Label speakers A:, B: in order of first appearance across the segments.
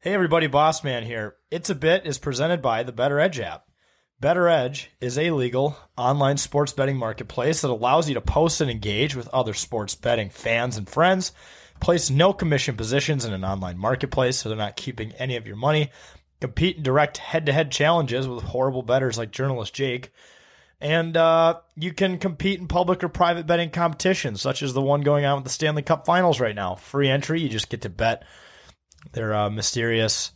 A: Hey, everybody, Boss Man here. It's a Bit is presented by the Better Edge app. Better Edge is a legal online sports betting marketplace that allows you to post and engage with other sports betting fans and friends. Place no commission positions in an online marketplace, so they're not keeping any of your money. Compete in direct head to head challenges with horrible bettors like journalist Jake. And uh, you can compete in public or private betting competitions, such as the one going on with the Stanley Cup Finals right now. Free entry, you just get to bet their uh, mysterious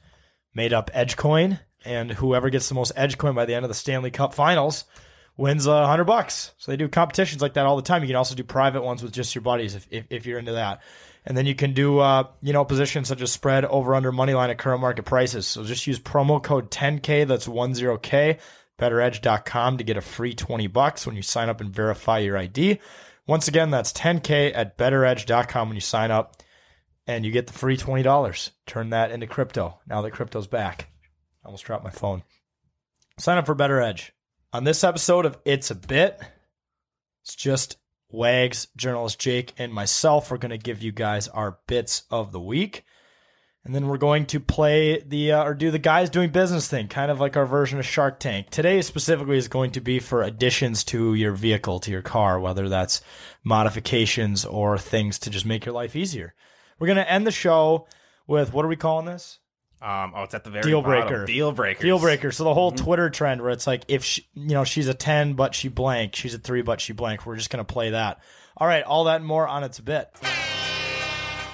A: made up edge coin. And whoever gets the most edge coin by the end of the Stanley Cup Finals wins a hundred bucks. So they do competitions like that all the time. You can also do private ones with just your buddies if, if, if you're into that. And then you can do uh, you know positions such as spread over under money line at current market prices. So just use promo code 10k. That's 10k. BetterEdge.com to get a free 20 bucks when you sign up and verify your ID. Once again, that's 10k at BetterEdge.com when you sign up, and you get the free twenty dollars. Turn that into crypto now that crypto's back. I almost dropped my phone. Sign up for Better Edge. On this episode of It's a Bit, it's just Wags, journalist Jake, and myself. We're going to give you guys our bits of the week. And then we're going to play the, uh, or do the guys doing business thing, kind of like our version of Shark Tank. Today specifically is going to be for additions to your vehicle, to your car, whether that's modifications or things to just make your life easier. We're going to end the show with what are we calling this?
B: Um, oh, it's at the very
A: Deal
B: bottom.
A: breaker.
B: Deal breaker.
A: Deal breaker. So the whole Twitter trend where it's like if she, you know she's a ten but she blank, she's a three but she blank. We're just gonna play that. All right, all that and more on its bit.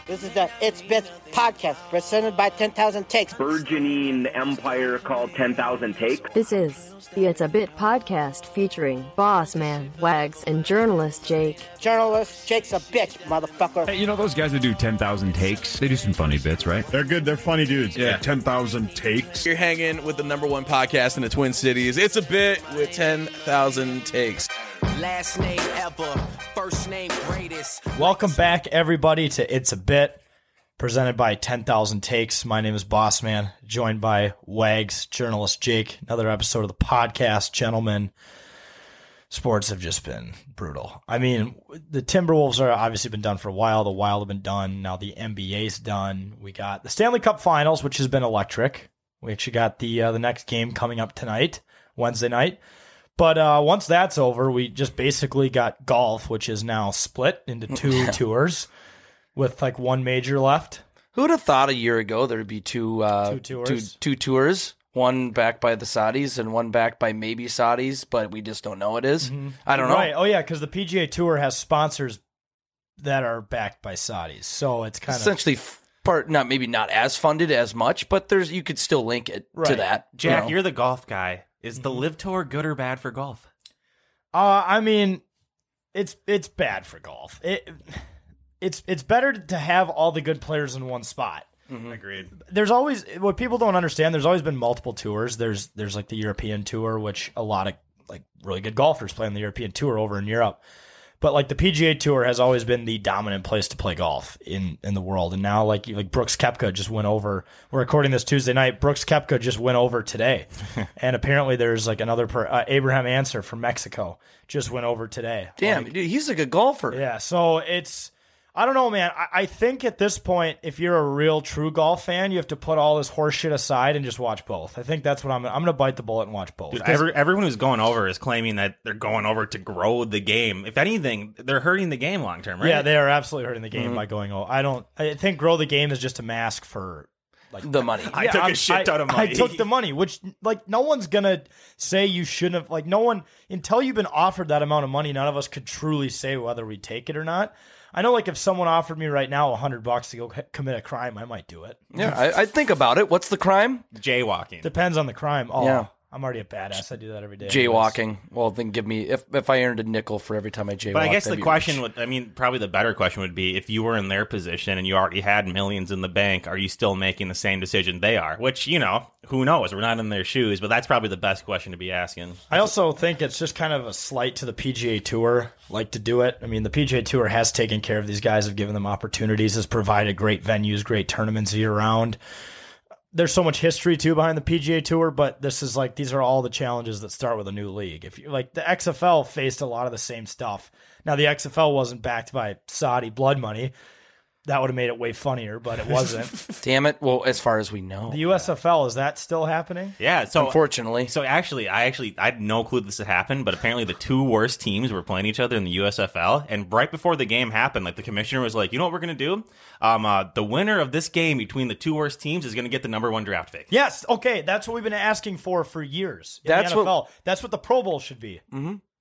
C: This is the It's Bits podcast presented by 10,000 Takes.
D: burgeoning empire called 10,000 Takes.
E: This is the It's a Bit podcast featuring Boss Man, Wags, and journalist Jake.
C: Journalist Jake's a bitch, motherfucker.
F: Hey, you know those guys that do 10,000 takes? They do some funny bits, right?
G: They're good. They're funny dudes.
F: Yeah.
G: Like 10,000 takes.
H: You're hanging with the number one podcast in the Twin Cities. It's a bit with 10,000 takes.
I: Last name ever, first name greatest.
A: Welcome back, everybody, to It's a Bit, presented by 10,000 Takes. My name is Boss Man, joined by Wags, journalist Jake. Another episode of the podcast, gentlemen. Sports have just been brutal. I mean, the Timberwolves are obviously been done for a while. The Wild have been done. Now the NBA's done. We got the Stanley Cup Finals, which has been electric. We actually got the uh, the next game coming up tonight, Wednesday night. But uh, once that's over, we just basically got golf, which is now split into
J: Mm.
A: two tours, with like one major left.
J: Who'd have thought a year ago there'd be two
A: Two
J: uh,
A: tours.
J: two- two tours, one backed by the Saudis and one backed by maybe Saudis, but we just don't know it is. I don't know.
A: Right? Oh yeah, because the PGA Tour has sponsors that are backed by Saudis, so it's kind of
J: Essentially, f- part not maybe not as funded as much, but there's you could still link it to
A: Right.
J: that. you
B: Jack,
J: know?
B: you're the golf guy. Is the live tour good or bad for golf?
A: Uh, I mean, it's it's bad for golf. It it's it's better to have all the good players in one spot.
B: Agreed.
A: There's always what people don't understand. There's always been multiple tours. There's there's like the European tour, which a lot of like really good golfers play on the European tour over in Europe. But like the PGA Tour has always been the dominant place to play golf in in the world, and now like you- like Brooks Kepka just went over. We're recording this Tuesday night. Brooks Kepka just went over today, and apparently there's like another per, uh, Abraham Answer from Mexico just went over today.
J: Damn, dude, he's like a golfer.
A: Yeah, so it's I don't know, man. I, I think at this point, if you're a real true golf fan, you have to put all this horseshit aside and just watch both. I think that's what I'm. I'm gonna bite the bullet and watch both.
B: Dude, every, everyone who's going over is claiming that they're going over to grow the game. If anything, they're hurting the game long term, right? Mm-hmm.
A: Yeah, they are absolutely hurting the game by going. Oh, I don't. I think grow the game is just a mask for.
J: The money.
B: I
A: Yeah,
B: took a
A: I'm-
B: shit ton of
A: I-
B: money.
A: I took the money, which like no one's gonna say you shouldn't have. Like no one until you've been offered that amount of money, none of us could truly say whether we take it or not. I know, like if someone offered me right now a hundred bucks to go c- commit a crime, I might do it.
J: Yeah, I, I think about it. What's the crime?
B: jaywalking.
A: Depends on the crime. Oh,
J: Yeah.
A: I'm already a badass. I do that every day.
J: Jaywalking. Well, then give me if if I earned a nickel for every time I jaywalk.
B: But I guess
J: that'd
B: the
J: be
B: question
J: rich.
B: would, I mean, probably the better question would be if you were in their position and you already had millions in the bank, are you still making the same decision they are? Which, you know, who knows? We're not in their shoes, but that's probably the best question to be asking.
A: I also think it's just kind of a slight to the PGA Tour, like to do it. I mean, the PGA Tour has taken care of these guys, have given them opportunities, has provided great venues, great tournaments year round. There's so much history too behind the PGA Tour, but this is like these are all the challenges that start with a new league. If you like the XFL faced a lot of the same stuff. Now the XFL wasn't backed by Saudi blood money. That would have made it way funnier, but it wasn't.
J: Damn it! Well, as far as we know,
A: the USFL is that still happening?
B: Yeah. So,
J: unfortunately,
B: so actually, I actually, I had no clue this had happened, but apparently the two worst teams were playing each other in the USFL. And right before the game happened, like the commissioner was like, you know what we're going to do? Um, uh, the winner of this game between the two worst teams is going to get the number one draft pick.
A: Yes. Okay. That's what we've been asking for for years. in
J: That's
A: the
J: what-
A: NFL. That's what the Pro Bowl should be.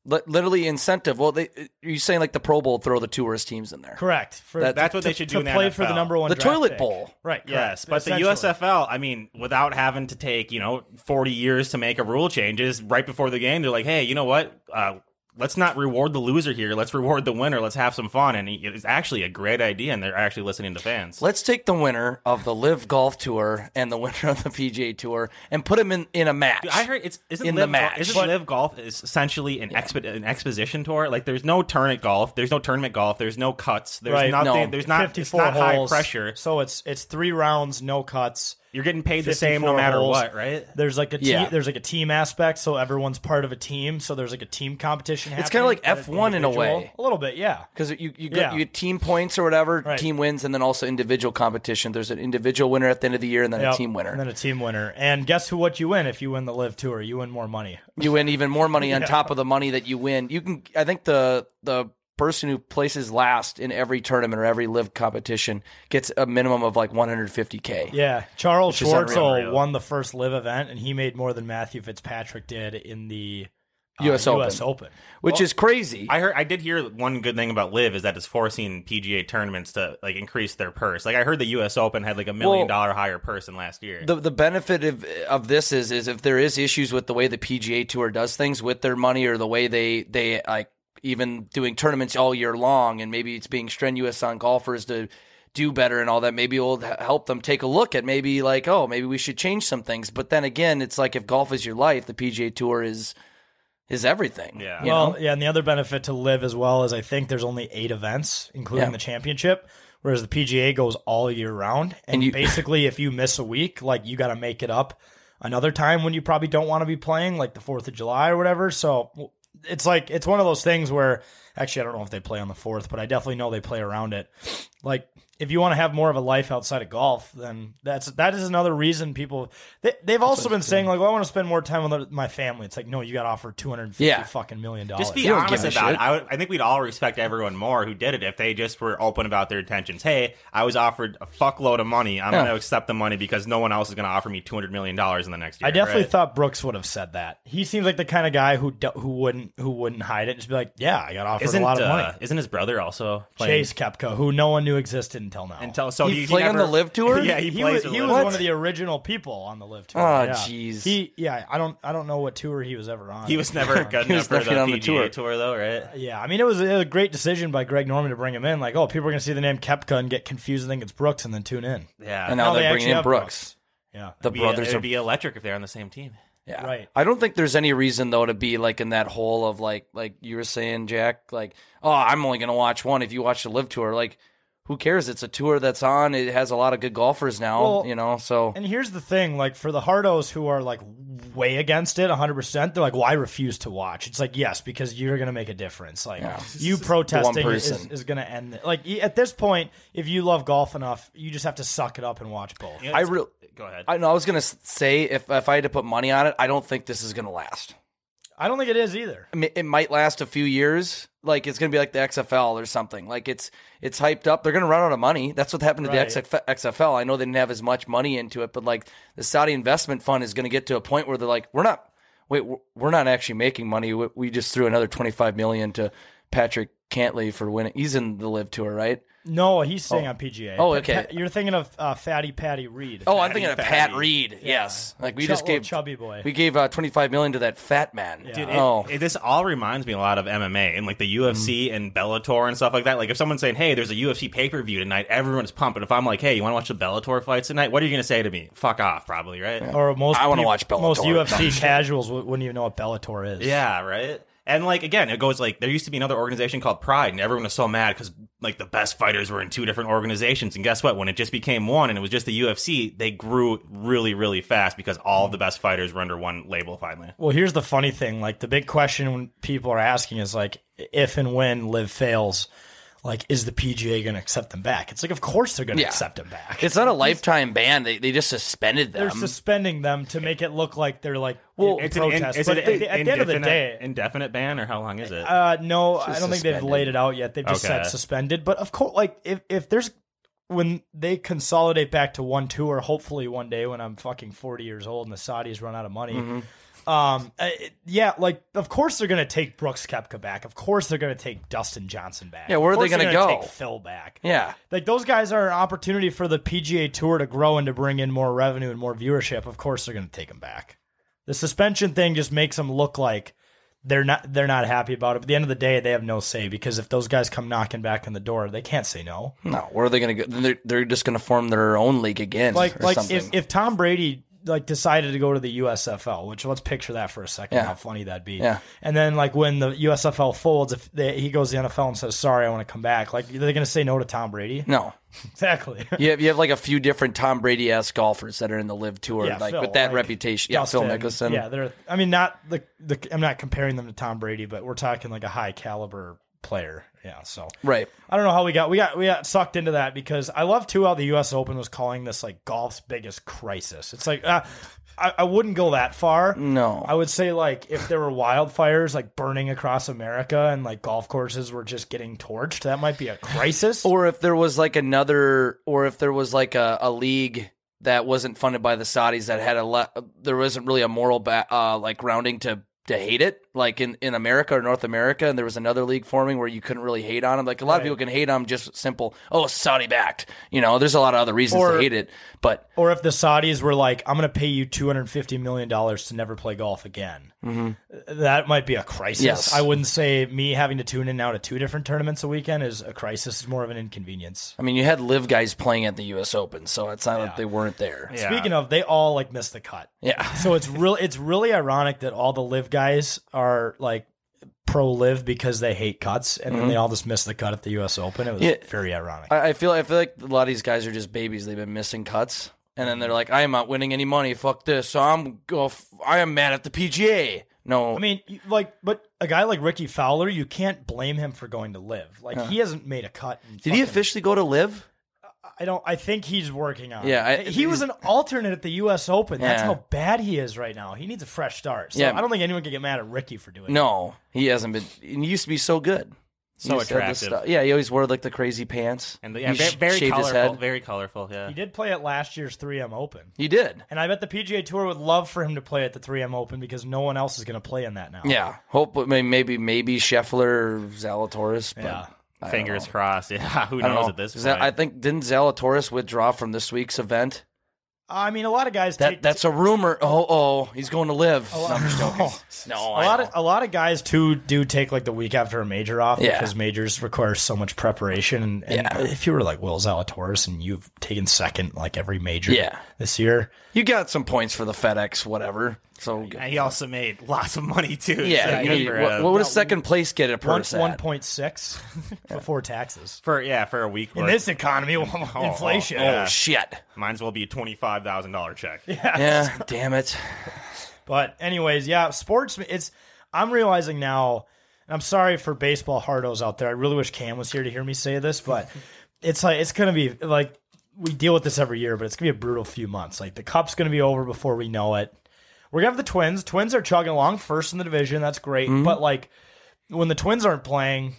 J: li- literally incentive. Well, they, you're saying like the Pro Bowl throw the two worst teams in there.
A: Correct. For,
J: That-
B: That's what
A: to-
B: they should
A: to
B: do in the
A: play for the
B: NFL.
A: number one.
J: The
A: draft
J: toilet
A: pick.
J: bowl.
A: Right.
B: Yes,
A: correct,
B: but the
A: essentially.
B: USFL, I mean, without having to take you know forty years to make a rule changes right before the game, they're like, hey, you know what? Uh, let's not reward the loser here. Let's reward the winner. Let's have some fun, and it's actually a great idea, and they're actually listening to fans.
J: Let's take the winner of the Live Golf Tour and the winner of the PGA Tour and put them in, in a match.
B: Dude, I heard it's isn't
J: in
B: live
J: the match.
B: Isn't live golf is essentially an expo- an exposition tour? Like there's no turn at golf. There's no tournament golf. There's no cuts. There's
A: Right.
B: nothing.
J: No.
B: There's not. It's
A: Fifty-four
B: not high
A: holes.
B: pressure.
A: So it's it's three rounds, no cuts.
B: You're getting paid the same no
A: 54
B: matter
A: holes.
B: what, right?
A: There's like a team,
J: Yeah.
A: there's like a team aspect, so everyone's part of a team. So there's like a team competition.
J: It's kinda
A: happening,
J: like
A: but it's
J: F1 in a
A: individual.
J: way.
A: A little bit, yeah.
J: because you you get,
A: Yeah.
J: you get team points or whatever,
A: Right.
J: team wins, and then also individual competition. There's an individual winner at the end of the year, and then
A: Yep,
J: a team winner.
A: and then a team winner. And guess who? What you win if you win the Live Tour? You win more money.
J: you win even more money on top of the money that you win. You can, I think the the person who places last in every tournament or every live competition gets a minimum of like 150k.
A: Yeah, Charles
J: is
A: Schwartzel
J: unreal.
A: won the first live event, and he made more than Matthew Fitzpatrick did in the uh,
J: US Open. which is crazy.
B: I heard I did hear one good thing about Live is that it's forcing PGA tournaments to like increase their purse. Like I heard the U.S. Open had like a million
J: Well,
B: dollar higher purse than last year.
J: the the benefit of of this is is if there is issues with the way the PGA Tour does things with their money or the way they they like even doing tournaments all year long and maybe it's being strenuous on golfers to do better and all that maybe it'll h- help them take a look at maybe like oh maybe we should change some things but then again it's like if golf is your life the PGA Tour is is everything
B: Yeah.
J: you
A: well,
J: know?
A: yeah, and the other benefit to live as well is I think there's only eight events, including
J: Yeah.
A: the championship, whereas the PGA goes all year round. And,
J: And you-
A: basically, if you miss a week, like you got to make it up another time when you probably don't want to be playing, like the Fourth of July or whatever. So it's like it's one of those things where actually I don't know if they play on the fourth, but I definitely know they play around it. Like if you want to have more of a life outside of golf, then that's that is another reason people they, they've also been saying like, well, I want to spend more time with my family. It's like, no, you got to offer two hundred and fifty
J: Yeah.
A: fucking million dollars.
B: just be
J: don't
B: honest
J: give a
B: about it.
J: shit.
B: I, would, I think we'd all respect everyone more who did it if they just were open about their intentions. Hey, I was offered a fuckload of money. I'm
J: Yeah.
B: going to accept the money because no one else is going to offer me two hundred million dollars in the next year.
A: I definitely
B: right?
A: thought Brooks would have said that. He seems like the kind of guy who do, who wouldn't who wouldn't hide it. Just be like, yeah, I got offered
B: isn't
A: a lot of
B: uh,
A: money.
B: Isn't his brother also playing?
A: Chase Kepka, who no one knew existed until now.
B: Until so
J: He
B: he,
J: played on
B: never-
J: the Live Tour?
B: yeah, he,
A: he was,
B: plays. Ah, for
A: he
B: Live.
A: was one of the original people on the live tour.
J: Oh,
A: yeah.
J: jeez.
A: He yeah, I don't I don't know what tour he was ever on.
B: He was never good
J: He
B: enough
J: was
B: for the
J: definitely on the
B: PGA
J: tour.
B: tour. though, right?
A: Yeah, I mean it was a a great decision by Greg Norman to bring him in. Like, oh, people are gonna see the name Kepka and get confused and think it's Brooks and then tune in.
B: Yeah,
J: and now,
A: now they
J: they're
A: actually
J: bringing in
A: have
J: Brooks.
A: Yeah.
J: The
B: It'd be-
J: brothers
B: it'd
J: are
B: be electric if they're on the same team.
J: Yeah.
A: Right.
J: I don't think there's any reason though to be like in that hole of like like you were saying, Jack, like, oh, I'm only gonna watch one if you watch the live tour. Like, who cares? It's a tour that's on, it has a lot of good golfers now,
A: Well,
J: you know. So
A: And here's the thing, like for the hardos who are like way against it 100%, they're like, "Why refuse to watch?" It's like, "Yes, because you're going to make a difference." Like you protesting is,
J: person.
A: is going to end it. Like e- at this point, if you love golf enough, you just have to suck it up and watch both.
J: I real
B: Go ahead.
J: I know I was gonna s- say if if I had to put money on it, I don't think this is gonna last.
A: I don't think it is either.
J: I mean, it might last a few years. Like it's gonna be like the XFL or something. Like it's it's hyped up. They're gonna run out of money. That's what happened to
A: Right.
J: the XF- XFL. I know they didn't have as much money into it, but like the Saudi investment fund is gonna get to a point where they're like, we're not wait, we're- we're not actually making money. We- We just threw another twenty five million to Patrick Cantley for winning. He's in the Live Tour, right?
A: No, he's staying on PGA.
J: Oh,
A: Pa-
J: okay.
A: Pa- you're thinking of uh, Fatty Patty Reed.
J: Oh, I'm thinking of Pat Reed. Yes, like we
A: Chub-
J: just
A: little
J: gave
A: chubby boy.
J: We gave uh, 25 million to that fat man.
B: Dude, it,
J: oh,
B: it- this all reminds me a lot of MMA and like the UFC and Bellator and stuff like that. Like if someone's saying, "Hey, there's a UFC pay per view tonight," everyone's pumped. But if I'm like, "Hey, you want to watch the Bellator fights tonight?" What are you going to say to me? Fuck off, probably, right?
A: Or most
J: I wanna
A: peop-
J: watch Bellator.
A: Most
J: No, I'm
A: UFC
J: just
A: casuals wou- wouldn't even know what Bellator is.
B: Yeah, right. And like again, it goes like there used to be another organization called Pride, and everyone was so mad because like the best fighters were in two different organizations. And guess what? When it just became one, and it was just the UFC, they grew really, really fast because all of the best fighters were under one label finally.
A: Well, here's the funny thing. Like the big question when people are asking is like, if and when Live fails, like, is the PGA going to accept them back? It's like, of course they're going to
J: Yeah.
A: accept them back.
J: it's not a lifetime ban. They they just suspended them.
A: They're suspending them to make it look like they're like
J: Well,
A: in
B: It's an,
A: protest.
B: is
A: but
B: it
A: at, the, at the end of the
B: indefinite-
A: day,
B: indefinite ban or how long is it?
A: uh, no, I
J: Just
A: don't think they've
J: suspended.
A: laid it out yet. They've just said
B: Okay.
A: suspended. But of course, like if if there's when they consolidate back to one tour, hopefully one day when I'm fucking 40 years old and the Saudis run out of money.
J: Mm-hmm.
A: Um. uh, it- yeah. Like, of course they're gonna take Brooks Kepka back. Of course they're gonna take Dustin Johnson back.
J: Yeah, where are
A: Of
J: they
A: course they're
J: gonna
A: gonna
J: go?
A: Take Phil back.
J: yeah.
A: Like those guys are an opportunity for the PGA Tour to grow and to bring in more revenue and more viewership. Of course, they're going to take them back. The suspension thing just makes them look like they're not they're not happy about it. But at the end of the day, they have no say because if those guys come knocking back on the door, they can't say no.
J: No, where are they going to go? They're, they're just going to form their own league again.
A: Like
J: or
A: like
J: something.
A: if, if Tom Brady like decided to go to the USFL, which let's picture that for a second,
J: Yeah.
A: how funny that'd be.
J: Yeah.
A: And then like when the USFL folds, if they, he goes to the NFL and says, "Sorry, I want to come back," like they're going to say no to Tom Brady.
J: no,
A: Exactly.
J: you have you have like a few different Tom Brady esque golfers that are in the live tour,
A: Yeah,
J: like
A: Phil,
J: with that
A: like
J: reputation. Yeah, Phil
A: Dustin.
J: Mickelson.
A: Yeah, they're. I mean, not the, the. I'm not comparing them to Tom Brady, but we're talking like a high caliber player. Yeah. So
J: right.
A: I don't know how we got we got we got sucked into that because I love too how the U.S. Open was calling this like golf's biggest crisis. It's like uh, I, I wouldn't go that far.
J: No.
A: I would say like if there were wildfires like burning across America and like golf courses were just getting torched, that might be a crisis.
J: Or if there was like another, or if there was like a, a league that wasn't funded by the Saudis that had a lot, there wasn't really a moral ba- uh, like grounding to to hate it, like in, in America or North America, and there was another league forming where you couldn't really hate on them. Like a lot of people can hate on just simple, oh Saudi backed. You know, there's a lot of other reasons
A: Or-
J: to hate it, but
A: or if the Saudis were like, "I'm going to pay you 250 million dollars to never play golf again," that might be a crisis.
J: Mm-hmm. Yes.
A: I wouldn't say me having to tune in now to two different tournaments a weekend is a crisis. It's more of an inconvenience.
J: I mean, you had live guys playing at the U.S. Open, so it's not that they weren't there. Yeah.
A: Speaking of, they all like missed the cut. So it's real. It's really ironic that all the live guys are like pro live because they hate cuts, and then they all just missed the cut at the U.S. Open. It was
J: Mm-hmm. Yeah.
A: very ironic.
J: I, I feel I feel like a lot of these guys are just babies. They've been missing cuts, and then they're like, "I am not winning any money. Fuck this. So I'm go. F- I am mad at the PGA. No,
A: I mean, you- like, but a guy like Ricky Fowler, you can't blame him for going to live. Like, he hasn't made a cut. in
J: did he
A: fucking-
J: officially go to live?
A: I don't. I think he's working on.
J: Yeah,
A: it.
J: I-
A: he was an alternate at the U.S. Open. That's
J: Yeah.
A: how bad he is right now. He needs a fresh start. So
J: Yeah.
A: I don't think anyone can get mad at Ricky for doing. It.
J: No, he hasn't been. He used to be so good. He
B: So
J: used to have this
B: attractive.
J: stuff- Yeah, he always wore like the crazy pants.
B: and the, yeah,
J: he
B: very,
J: sh-
B: very
J: shaved
B: colorful,
J: his head.
B: very colorful. Yeah,
A: He did play at last year's 3M Open,
J: He did.
A: and I bet the PGA Tour would love for him to play at the 3M Open because no one else is going to play in that
B: Oh.
A: now.
J: Yeah. Hope I mean, maybe maybe Scheffler or Zalatoris. But
A: Yeah.
J: I don't
B: fingers
J: know.
B: crossed. Yeah, who
J: I don't
B: knows
J: know.
B: at this
J: Is
B: point?
J: that- I think didn't Zalatoris withdraw from this week's event?
A: I mean, a lot of guys. take
J: That that's a rumor. Oh oh, he's going to live.
A: A lot-
J: No, I'm just joking. No,
A: a
J: I
A: lot
J: know.
A: of a lot of guys too do take like the week after a major off
J: Yeah.
A: because majors require so much preparation. And, and
J: Yeah.
A: if you were like Will Zalatoris and you've taken second like every major
J: Yeah.
A: this year,
J: You got some points for the FedEx, whatever. So
B: And he also made lots of money too.
J: yeah, uh,
B: so
J: you
B: good
J: need-
B: for uh,
J: what,
B: a-
J: what would a second place get a
A: one
J: person?
A: one point six before taxes.
B: for yeah for a week.
A: In
B: worth.
A: this economy, inflation.
B: oh,
J: Oh shit!
B: Mine's will be a twenty five thousand dollar check.
J: Yeah, damn it.
A: But anyways, yeah, sports. It's I'm realizing now, and I'm sorry for baseball hardos out there. I really wish Cam was here to hear me say this, but it's like it's gonna be like we deal with this every year, but it's gonna be a brutal few months. Like the cup's gonna be over before we know it. We're gonna have the Twins. Twins are chugging along first in the division. That's great,
B: Mm-hmm.
A: but like when the Twins aren't playing,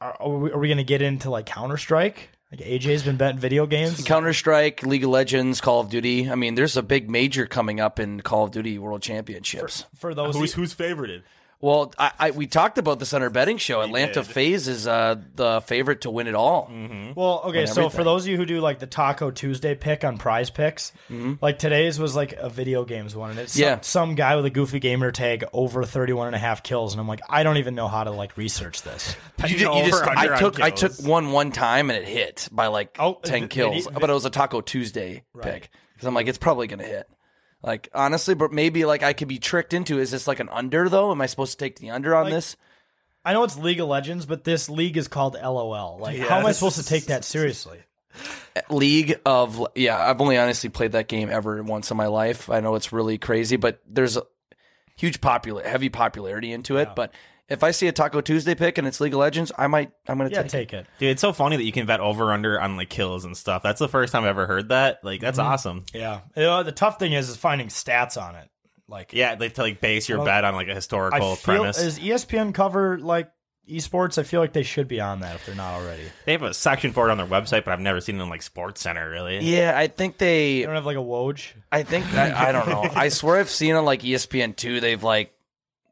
A: are, are we, are we gonna get into like Counter Strike? Like AJ's been betting video games.
J: Counter Strike, League of Legends, Call of Duty. I mean, there's a big major coming up in Call of Duty World Championships.
A: For those
B: Who's who's favorited?
J: Well, I, I we talked about this on our betting show. Atlanta Phase is uh, the favorite to win it all.
A: Well, okay,
J: On
A: so for
J: everything.
A: those of you who do like the Taco Tuesday pick on prize picks, like today's was like a video games one, and it's some,
J: Yeah.
A: some guy with a goofy gamer tag over 31 and a half kills, and I'm like, I don't even know how to like research this.
J: You ju- you just- I took I took one one time and it hit by like ten
A: th-
J: kills,
A: th-
J: but Oh, it was a Taco Tuesday pick. pick because I'm like it's probably gonna hit. Like honestly, but maybe like I could be tricked into is this like an under though? Am I supposed to take the under on
A: Like-
J: this?
A: I know it's League of Legends, but this league is called LOL. Like, how am I
J: Yes.
A: supposed to take that seriously?
J: League of yeah, I've only honestly played that game ever once in my life. I know it's really crazy, but there's a huge popular heavy popularity into it. But if I see a Taco Tuesday pick and it's League of Legends, I might I'm gonna take,
A: it.
B: Dude, it's so funny that you can bet over under on like kills and stuff. That's the first time I've ever heard that. Like that's
A: Mhm.
B: awesome.
A: Yeah, You know, the tough thing is is finding stats on it. Like
B: Yeah, like to like base your
A: Well,
B: bet on like a
A: I
B: historical
A: feel
B: premise.
A: is E ESPN cover like esports. I feel like they should be on that if they're not already.
B: they have a section for it on their website, but I've never seen it in like Sports Center really.
J: Yeah, I think they
A: They don't have like a Woj.
J: I think I, I don't know. I swear I've seen on like E ESPN two, they've like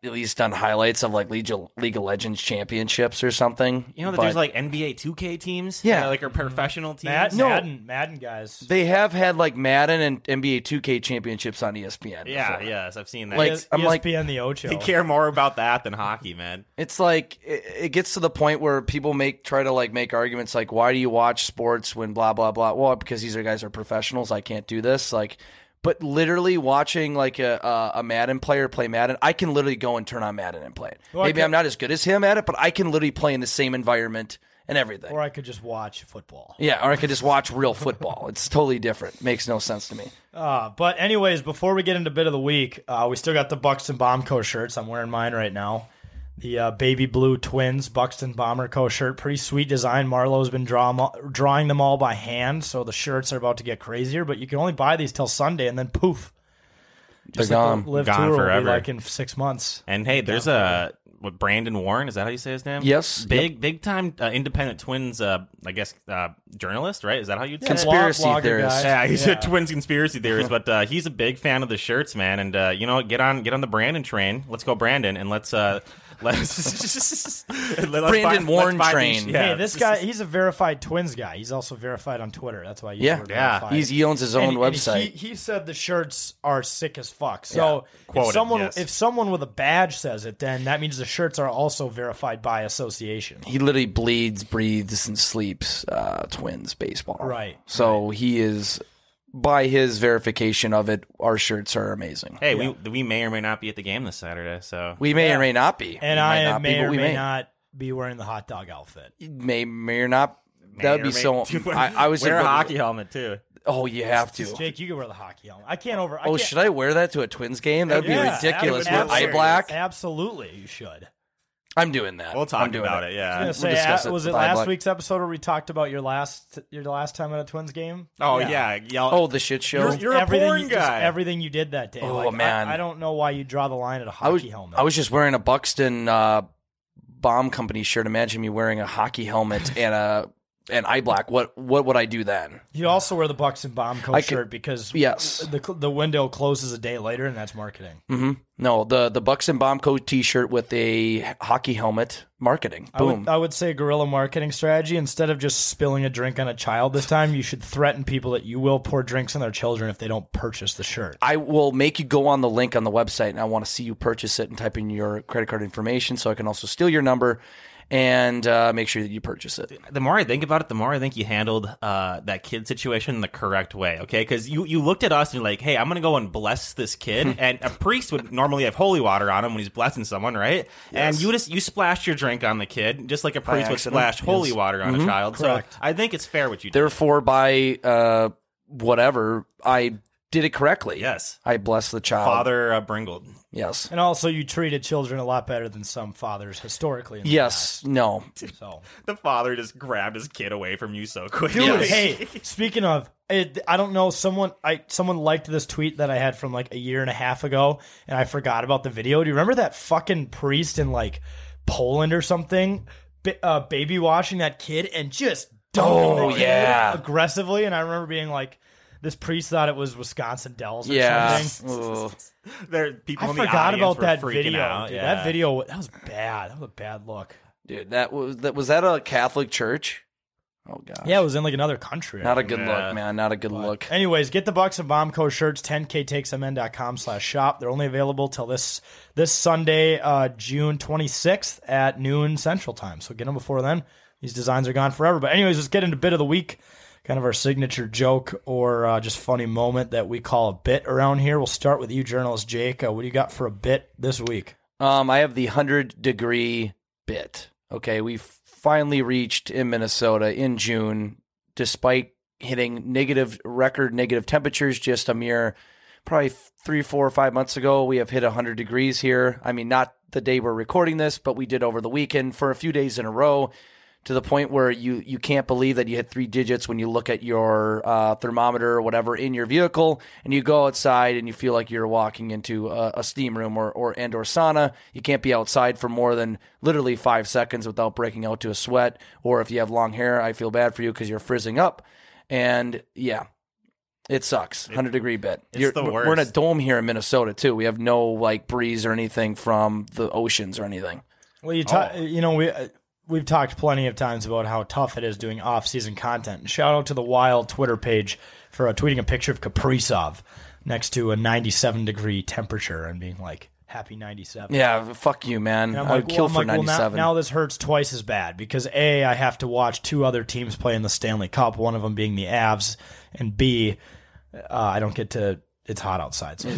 J: at least done highlights of like League of, League of Legends championships or something.
B: You know that
J: but
B: there's like NBA 2K teams.
J: Yeah.
B: that, like are professional teams.
A: Mad-
J: No.
A: Madden, Madden guys.
J: they have had like Madden and NBA two K championships on E ESPN.
B: Yeah,
J: before.
B: yes, I've seen that.
J: Like,
A: ES-
J: I'm like-
A: ESPN the Ocho.
B: they care more about that than hockey, man.
J: It's like it, it gets to the point where people make try to like make arguments like why do you watch sports when blah blah blah. Well, because these are guys are professionals. I can't do this. Like, but literally watching like a a, a Madden player play Madden, I can literally go and turn on Madden and play it.
A: Well, I
J: Maybe
A: ca-
J: I'm not as good as him at it, but I can literally play in the same environment and everything.
A: Or I could just watch football.
J: yeah, or I could just watch real football. It's totally different. Makes no sense to me.
A: Uh, but anyways, before we get into bit of the week, uh, we still got the Buxton Bomb Co shirts. I'm wearing mine right now. The uh, baby blue twins Buxton Bomber Co shirt, pretty sweet design. Marlowe's been draw 'em all- drawing them all by hand, so the shirts are about to get crazier. But you can only buy these till Sunday, and then poof,
J: They're
A: like
J: gone.
A: the live
B: Gone
A: tour will
B: forever.
A: be like in six months.
B: And hey, there's a what Brandon Warren is that how you say his name?
J: Yes,
B: big big time uh, independent twins. Uh, I guess uh, journalist, right? Is that how you'd say? it?
J: Conspiracy
A: blog- blogger
J: theorist.
A: guy.
B: Yeah, he's
A: Yeah.
B: a twins conspiracy theorist, but uh, he's a big fan of the shirts, man. And uh, you know, get on get on the Brandon train. Let's go, Brandon, and let's uh, let's, and let's
J: Brandon
B: let's
J: Warren
B: buy
J: train.
B: these-
A: Hey, this guy, he's a verified twins guy. He's also verified on Twitter. That's why. I use
J: Yeah.
A: the word
B: Yeah.
A: verified.
J: He's he owns his own
A: And- and
J: website.
A: he, he said the shirts are sick as fuck. So if
B: Quoted,
A: someone
B: yes.
A: if someone with a badge says it, then that means the shirts are also verified by association.
J: he literally bleeds, breathes, and sleeps uh, twins baseball.
A: Right,
J: So he is, by his verification of it, our shirts are amazing.
B: Hey, we we may or may not be at the game this Saturday, so
J: We may
A: Yeah.
J: or may not be,
A: And
J: We might
A: I
J: not
A: may
J: be, but
A: or
J: we
A: may, not be wearing the hot dog outfit.
J: may may or not. that would be so. I, I was
B: wear a
J: about-
B: hockey helmet too.
J: Oh, you have to.
A: Jake, you can wear the hockey helmet. I can't over. I
J: Oh,
A: can't-
J: should I wear that to a Twins game? That would be
A: Yeah,
J: ridiculous. Wear
A: absolutely.
J: eye black.
A: Absolutely, you should.
J: I'm doing that.
B: We'll
J: I'm
B: talk
J: doing
B: about it.
A: I
B: Yeah.
A: was gonna
J: we'll
A: say,
J: discuss
A: uh,
J: it
A: was it
J: with eye
A: last
J: black.
A: week's episode where we talked about your last your last time at a Twins game?
B: Oh yeah. Y'all,
J: Oh, the shit show.
B: You're- a
A: everything
B: porn
A: you- just
B: guy.
A: everything you did that day.
J: Oh,
A: Like, I-
J: man.
A: I, don't know why you draw the line at a hockey
J: I was
A: helmet.
J: I was just wearing a Buxton uh, bomb company shirt. Imagine me wearing a hockey helmet and a and eye black. What what would I do then?
A: You also wear the Bucks and Bomb Co
J: I could-
A: shirt because
J: yes.
A: the cl- the window closes a day later, and that's marketing.
J: hmm No, the the Bucks and Bomb Co. T-shirt with a hockey helmet marketing.
A: I
J: Boom.
A: would, uh, I would say guerrilla marketing strategy. Instead of just spilling a drink on a child this time, you should threaten people that you will pour drinks on their children if they don't purchase the shirt.
J: I will make you go on the link on the website, and I want to see you purchase it and type in your credit card information, so I can also steal your number and uh, make sure that you purchase it.
B: the more I think about it, the more I think you handled uh, that kid situation the correct way. Okay, because you you looked at us and you're like, hey, I'm gonna go and bless this kid, and a priest would normally have holy water on him when he's blessing someone, right? And you just you splashed your drink on the kid, just like a priest would
J: accident,
B: splash holy
J: yes.
B: water on a child.
A: Correct.
B: So I think it's fair what you did.
J: Therefore, by uh, whatever, I did it correctly.
B: Yes.
J: I bless the child.
B: Father uh, Bringled.
J: Yes.
A: And also, you treated children a lot better than some fathers historically. in the
J: Yes. No.
A: past. So,
B: The father just grabbed his kid away from you so quickly.
A: dude,
J: Yes.
A: hey, speaking of, it, I don't know. Someone, I someone liked this tweet that I had from like a year and a half ago, and I forgot about the video. Do you remember that fucking priest in like Poland or something, ba- uh, baby washing that kid and just dunking
J: Oh,
A: the kid
J: yeah.
A: aggressively? And I remember being like. This priest thought it was Wisconsin Dells or
J: Yeah.
A: something.
B: There, people
A: I
B: in the
A: forgot
B: audience
A: about
B: were
A: that
B: freaking
A: video.
B: out.
A: dude.
B: Yeah.
A: That video that was bad. That was a bad look.
J: Dude, that was that was that a Catholic church? Oh god.
A: Yeah, it was in like another country. I
J: Not a
A: think.
J: good
B: Yeah.
J: look, man. Not a good look.
A: Anyways, get the Bucks and Bombco shirts, 10ktakesmn.com slash shop. They're only available till this this Sunday, uh, June 26th at noon Central Time. So get them before then. These designs are gone forever. But anyways, let's get into bit of the week, kind of our signature joke or uh, just funny moment that we call a bit around here. We'll start with you, journalist Jake. Uh, what do you got for a bit this week?
J: Um, I have the 100 degree bit. Okay, we finally reached in Minnesota in June, despite hitting negative record negative temperatures just a mere probably three, four, or five months ago. We have hit 100 degrees here. I mean, not the day we're recording this, but we did over the weekend for a few days in a row. To the point where you you can't believe that you hit three digits when you look at your uh, thermometer or whatever in your vehicle, and you go outside and you feel like you're walking into a, a steam room or or and or sauna. You can't be outside for more than literally five seconds without breaking out to a sweat. Or if you have long hair, I feel bad for you because you're frizzing up. And yeah, it sucks. Hundred degree bit.
B: it's
J: You're-
B: the
J: we're- We're in a
B: worst.
J: dome here in Minnesota too. We have no like breeze or anything from the oceans or anything.
A: Well, you ta-
J: Oh.
A: you know we uh, we've talked plenty of times about how tough it is doing off season content. And shout out to the Wild Twitter page for uh, tweeting a picture of Kaprizov next to a 97 degree temperature and being like, "Happy 97."
J: Yeah, fuck you, man.
A: And
J: I
A: I'm
J: would
A: like, well,
J: kill
A: I'm
J: for
A: like, well,
J: ninety
A: now,
J: seven.
A: now this hurts twice as bad because A, I have to watch two other teams play in the Stanley Cup, one of them being the Avs, and B, uh, I don't get to. It's hot outside. So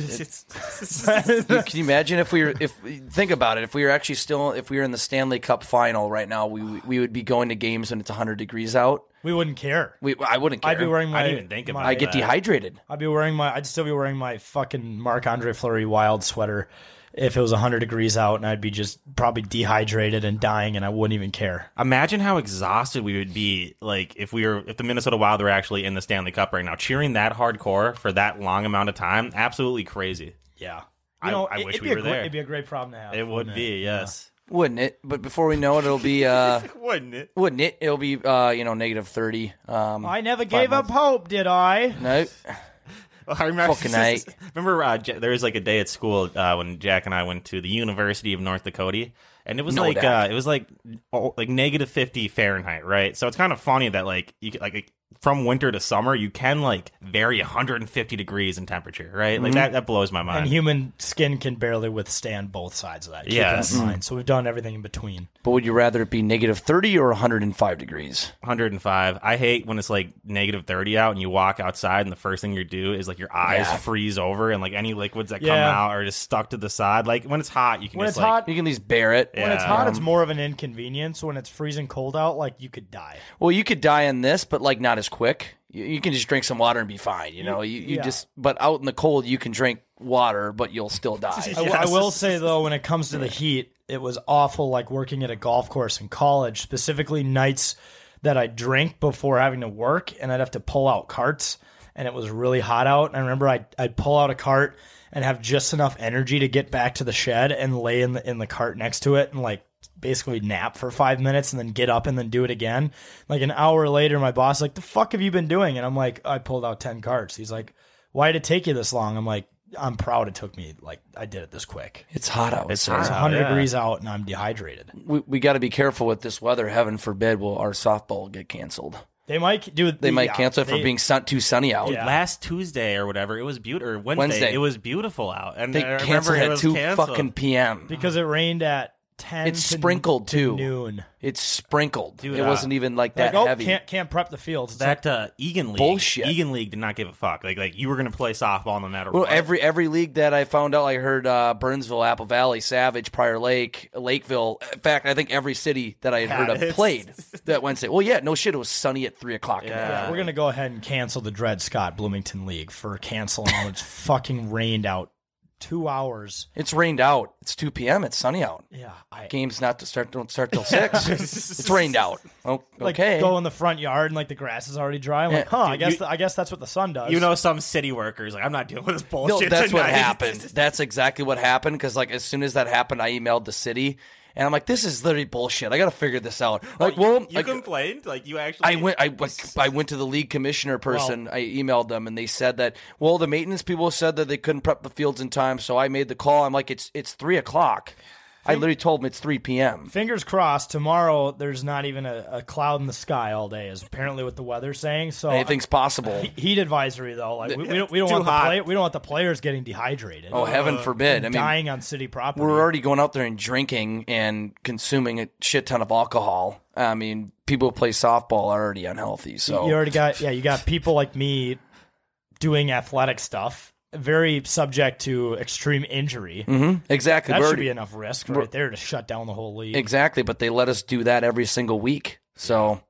J: You- can you imagine if we were if think about it if we were actually still if we were in the Stanley Cup final right now we we would be going to games when it's 100 degrees out
A: we wouldn't care.
J: we I wouldn't care
A: I'd be wearing my.
B: I didn't even think about
A: my-
J: I get dehydrated
A: I'd be wearing my. I'd still be wearing my fucking Marc Andre Fleury wild sweater if it was 100 degrees out, and I'd be just probably dehydrated and dying, and I wouldn't even care.
B: Imagine how exhausted we would be, like if we were, if the Minnesota Wild were actually in the Stanley Cup right now, cheering that hardcore for that long amount of time. Absolutely crazy.
A: Yeah, you
B: I-
A: know,
B: I
A: it,
B: wish
A: it'd
B: we
A: be a
B: were
A: great,
B: there.
A: It'd be a great problem to have.
B: It would
A: wouldn't
B: be, yes.
J: wouldn't it but before we know it it'll be uh
B: Wouldn't it?
J: wouldn't it it'll be uh you know negative 30 um
A: I never gave up hope, did I?
J: no
B: I remember,
J: Fucking A.
B: remember uh, Ja- there was like a day at school uh, when Jack and I went to the University of North Dakota, and it was
J: No,
B: like uh,
J: Dak.
B: it was like oh, like negative fifty Fahrenheit, right? So it's kind of funny that like you could, like from winter to summer you can like vary 150 degrees in temperature, right?
J: Mm-hmm.
B: Like that that blows my
A: And
B: mind.
A: human skin can barely withstand both sides of that. Keep
B: Yes.
A: that in mind. So we've done everything in between.
J: but would you rather it be negative 30 or 105 degrees
B: 105. I hate when it's like negative 30 out and you walk outside and the first thing you do is like your eyes
J: Yeah.
B: freeze over and like any liquids that come
A: Yeah.
B: out are just stuck to the side. Like when it's hot, you can
A: When
B: just
A: it's
B: like,
A: hot,
J: you can at least bear it
A: When it's
B: Yeah.
A: hot, it's more of an inconvenience. When it's freezing cold out, like you could die.
J: Well, you could die on this, but like not as quick. You, you can just drink some water and be fine. You know, you, you
A: yeah.
J: just but out in the cold, you can drink water, but you'll still die.
A: I, I will say though, when it comes to the heat, it was awful. Like working at a golf course in college, specifically nights that I drank before having to work, and I'd have to pull out carts, and it was really hot out. And I remember I'd, I'd pull out a cart and have just enough energy to get back to the shed and lay in the in the cart next to it and like basically nap for five minutes and then get up and then do it again. Like an hour later, my boss like, "The fuck have you been doing?" And I'm like, "I pulled out ten carts." He's like, "Why did it take you this long?" I'm like. I'm proud it took me like I did it this quick.
J: It's hot out.
B: It's
J: so
B: hot.
A: It's
B: Wow,
A: 100
B: yeah.
A: degrees out and I'm dehydrated.
J: We, we got to be careful with this weather. Heaven forbid, will our softball get canceled?
A: They might do.
J: They might
A: yeah,
J: cancel it for
A: they-
J: being sun, too sunny out.
A: Yeah.
B: last Tuesday or whatever, it was beautiful. Or Wednesday,
J: Wednesday.
B: it was beautiful out, and
J: They
B: I remember
J: canceled
B: it
J: at
B: was
J: two
B: canceled.
J: fucking p.m.
A: because it rained at 10.
J: It's
A: to-
J: sprinkled,
A: to
J: too.
A: Noon.
J: It's sprinkled.
B: Dude,
J: it
B: uh,
J: wasn't even like
A: Like
J: that
A: oh,
J: heavy.
A: can't can't prep the fields. It's
B: That uh, Egan League,
J: Bullshit.
B: Egan League did not give a fuck. Like like you were gonna play softball no matter
J: Well,
B: what.
J: every every league that I found out, I heard uh, Burnsville, Apple Valley, Savage, Prior Lake, Lakeville. In fact, I think every city that I had heard of
B: it's-
J: played that Wednesday. Well, yeah, no shit, it was sunny at three o'clock. in the
B: Yeah.
J: morning.
A: like, we're gonna go ahead and cancel the Dred Scott Bloomington League for canceling. when it's fucking rained out two hours.
J: It's rained out. It's two p.m. It's sunny out.
A: Yeah, I
J: Games not to start don't start till six. it's rained out. Oh,
A: like
J: okay.
A: go in the front yard and like the grass is already dry. I'm like,
J: Yeah.
A: huh? I
B: Dude,
A: guess
B: you-
A: th- I guess that's what the sun does.
B: you know, some city workers like I'm not dealing with this bullshit.
J: no, that's what
B: tonight."
J: happened. That's exactly what happened. Because like as soon as that happened, I emailed the city. and I'm like, this is literally bullshit. I got to figure this out. Like, well,
B: you
J: like,
B: complained, like you actually.
J: I went. I like, I went to the league commissioner person. I emailed them, and they said that well, the maintenance people said that they couldn't prep the fields in time, so I made the call. I'm like, it's it's three o'clock. I literally told them it's three p.m.
A: Fingers crossed. Tomorrow, there's not even a, a cloud in the sky all day. Is apparently what the weather's saying. So uh,
J: Anything's possible.
A: Heat advisory though, like we, we don't we
J: Too
A: don't want
J: hot.
A: the play, we don't want the players getting dehydrated.
J: Oh, heaven
A: Uh, and
J: forbid. I mean,
A: dying on city property.
J: We're already going out there and drinking and consuming a shit ton of alcohol. I mean, people who play softball are already unhealthy. So
A: you already got yeah, you got people like me doing athletic stuff, very subject to extreme injury.
J: Mhm, exactly.
A: That
J: We're
A: should be
J: already-
A: enough risk
J: we're-
A: right there to shut down the whole league.
J: Exactly, but they let us do that every single week. So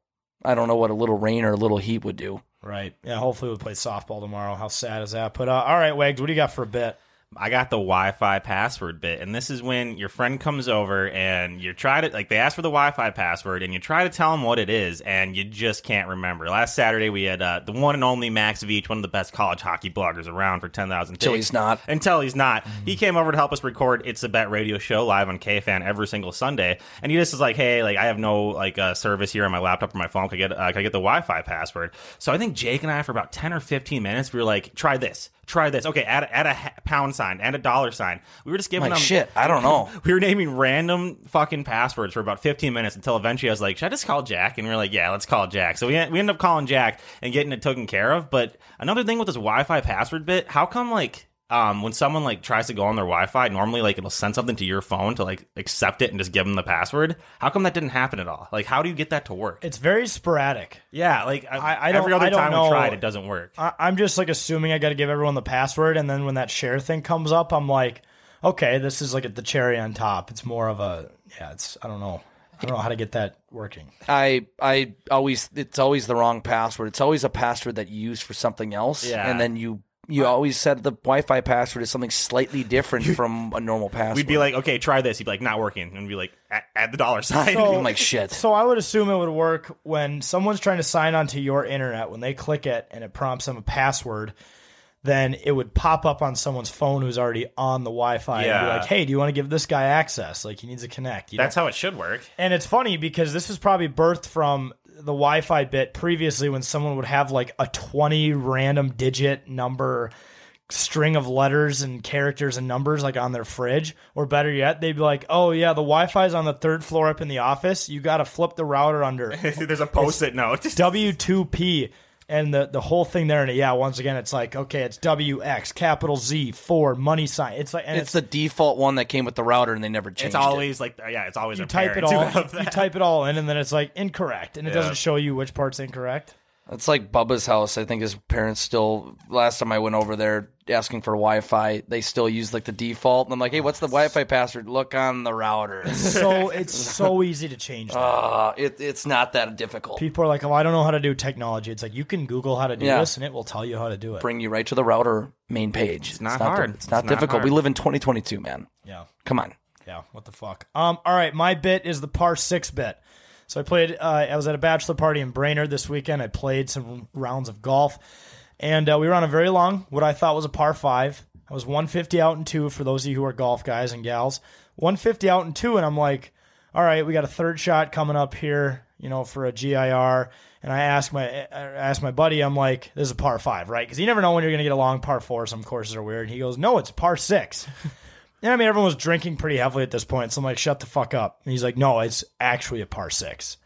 J: I don't know what a little rain or a little heat would do.
A: Right. Yeah. Hopefully, we'll play softball tomorrow. How sad is that? But uh, all right, Wags, what do you got for a bit?
B: I got the Wi-Fi password bit, and this is when your friend comes over and you try to like they ask for the Wi-Fi password, and you try to tell them what it is, and you just can't remember. Last Saturday we had uh, the one and only Max Veach, one of the best college hockey bloggers around, for ten thousand.
J: Till he's not.
B: Until he's not. He came over to help us record It's a Bet Radio Show live on KFan every single Sunday, and he just is like, "Hey, like I have no like uh, service here on my laptop or my phone. Can I get uh, can I get the Wi-Fi password?" So I think Jake and I for about ten or fifteen minutes we were like, "Try this, try this." Okay, add add a ha- pound sign, add a dollar sign. We were just giving
J: Like,
B: them
J: shit, I don't know.
B: we were naming random fucking passwords for about 15 minutes until eventually I was like, should I just call Jack? And we were like, yeah, let's call Jack. So we, we ended up calling Jack and getting it taken care of. But another thing with this Wi-Fi password bit, how come like um, when someone like tries to go on their Wi-Fi, normally like it'll send something to your phone to like accept it and just give them the password. How come that didn't happen at all? Like, how do you get that to work?
A: It's very sporadic.
B: Yeah, like I,
A: I don't-
B: every other
A: I don't
B: time
A: know.
B: we tried, it doesn't work.
A: I, I'm just like assuming I got to give everyone the password, and then when that share thing comes up, I'm like, okay, this is like at the cherry on top. It's more of a yeah. It's I don't know. I don't know how to get that working.
J: I I always it's always the wrong password. It's always a password that you use for something else,
B: Yeah.
J: and then you you always set the Wi-Fi password is something slightly different from a normal password.
B: We'd be like, okay, try this. He'd be like, not working. And we'd be like, "A- add the dollar sign.
A: So-
J: I'm like, shit.
A: So I would assume it would work when someone's trying to sign onto your internet. When they click it and it prompts them a password, then it would pop up on someone's phone who's already on the Wi-Fi. And
B: Yeah.
A: be like, hey, do you want to give this guy access? Like he needs to connect. You
B: That's
A: don't-
B: how it should work.
A: And it's funny because this is probably birthed from the Wi-Fi bit previously when someone would have like a 20 random digit number string of letters and characters and numbers like on their fridge or better yet they'd be like oh yeah the wi-fi's on the third floor up in the office you gotta flip the router under
B: There's a post-it note.
A: w2p and the, the whole thing there and yeah once again it's like okay it's wx capital z 4 money sign it's like and
J: it's, the default one that came with the router, and they never changed.
B: eh. It's always like yeah, it's always
A: you
B: a
A: type it
B: parent who
A: all
B: have
A: you
B: that.
A: type it all in and then it's like incorrect and it
J: Yeah.
A: doesn't show you which part's incorrect
J: it. It's like Bubba's house. I think his parents still. Last time I went over there asking for Wi-Fi, they still used like the default. And I'm like, hey, what's the Wi-Fi password? Look on the router.
A: so it's so easy to change that.
J: Uh, it, it's not that difficult.
A: people are like oh i don't know how to do technology it's like you can google how to do
J: Yeah.
A: this and it will tell you how to do it
J: Bring you right to the router main page. It's
B: not hard.
J: It's not
B: It's not
J: difficult.
B: hard.
J: we live in 2022, man.
A: Yeah.
J: Come on.
A: Yeah, what the fuck? Um, all right, my bit is the par six bit. So I played. Uh, I was at a bachelor party in Brainerd this weekend. I played some rounds of golf, and uh, we were on a very long, what I thought was a par five. I was 150 out and two for those of you who are golf guys and gals. 150 out and two, and I'm like, all right, we got a third shot coming up here, you know, for a GIR. And I asked my I asked my buddy, I'm like, this is a par five, right? Because you never know when you're going to get a long par four. Some courses are weird. And he goes, no, it's a par six. And I mean, everyone was drinking pretty heavily at this point. So I'm like, shut the fuck up. And he's like, no, it's actually a par six.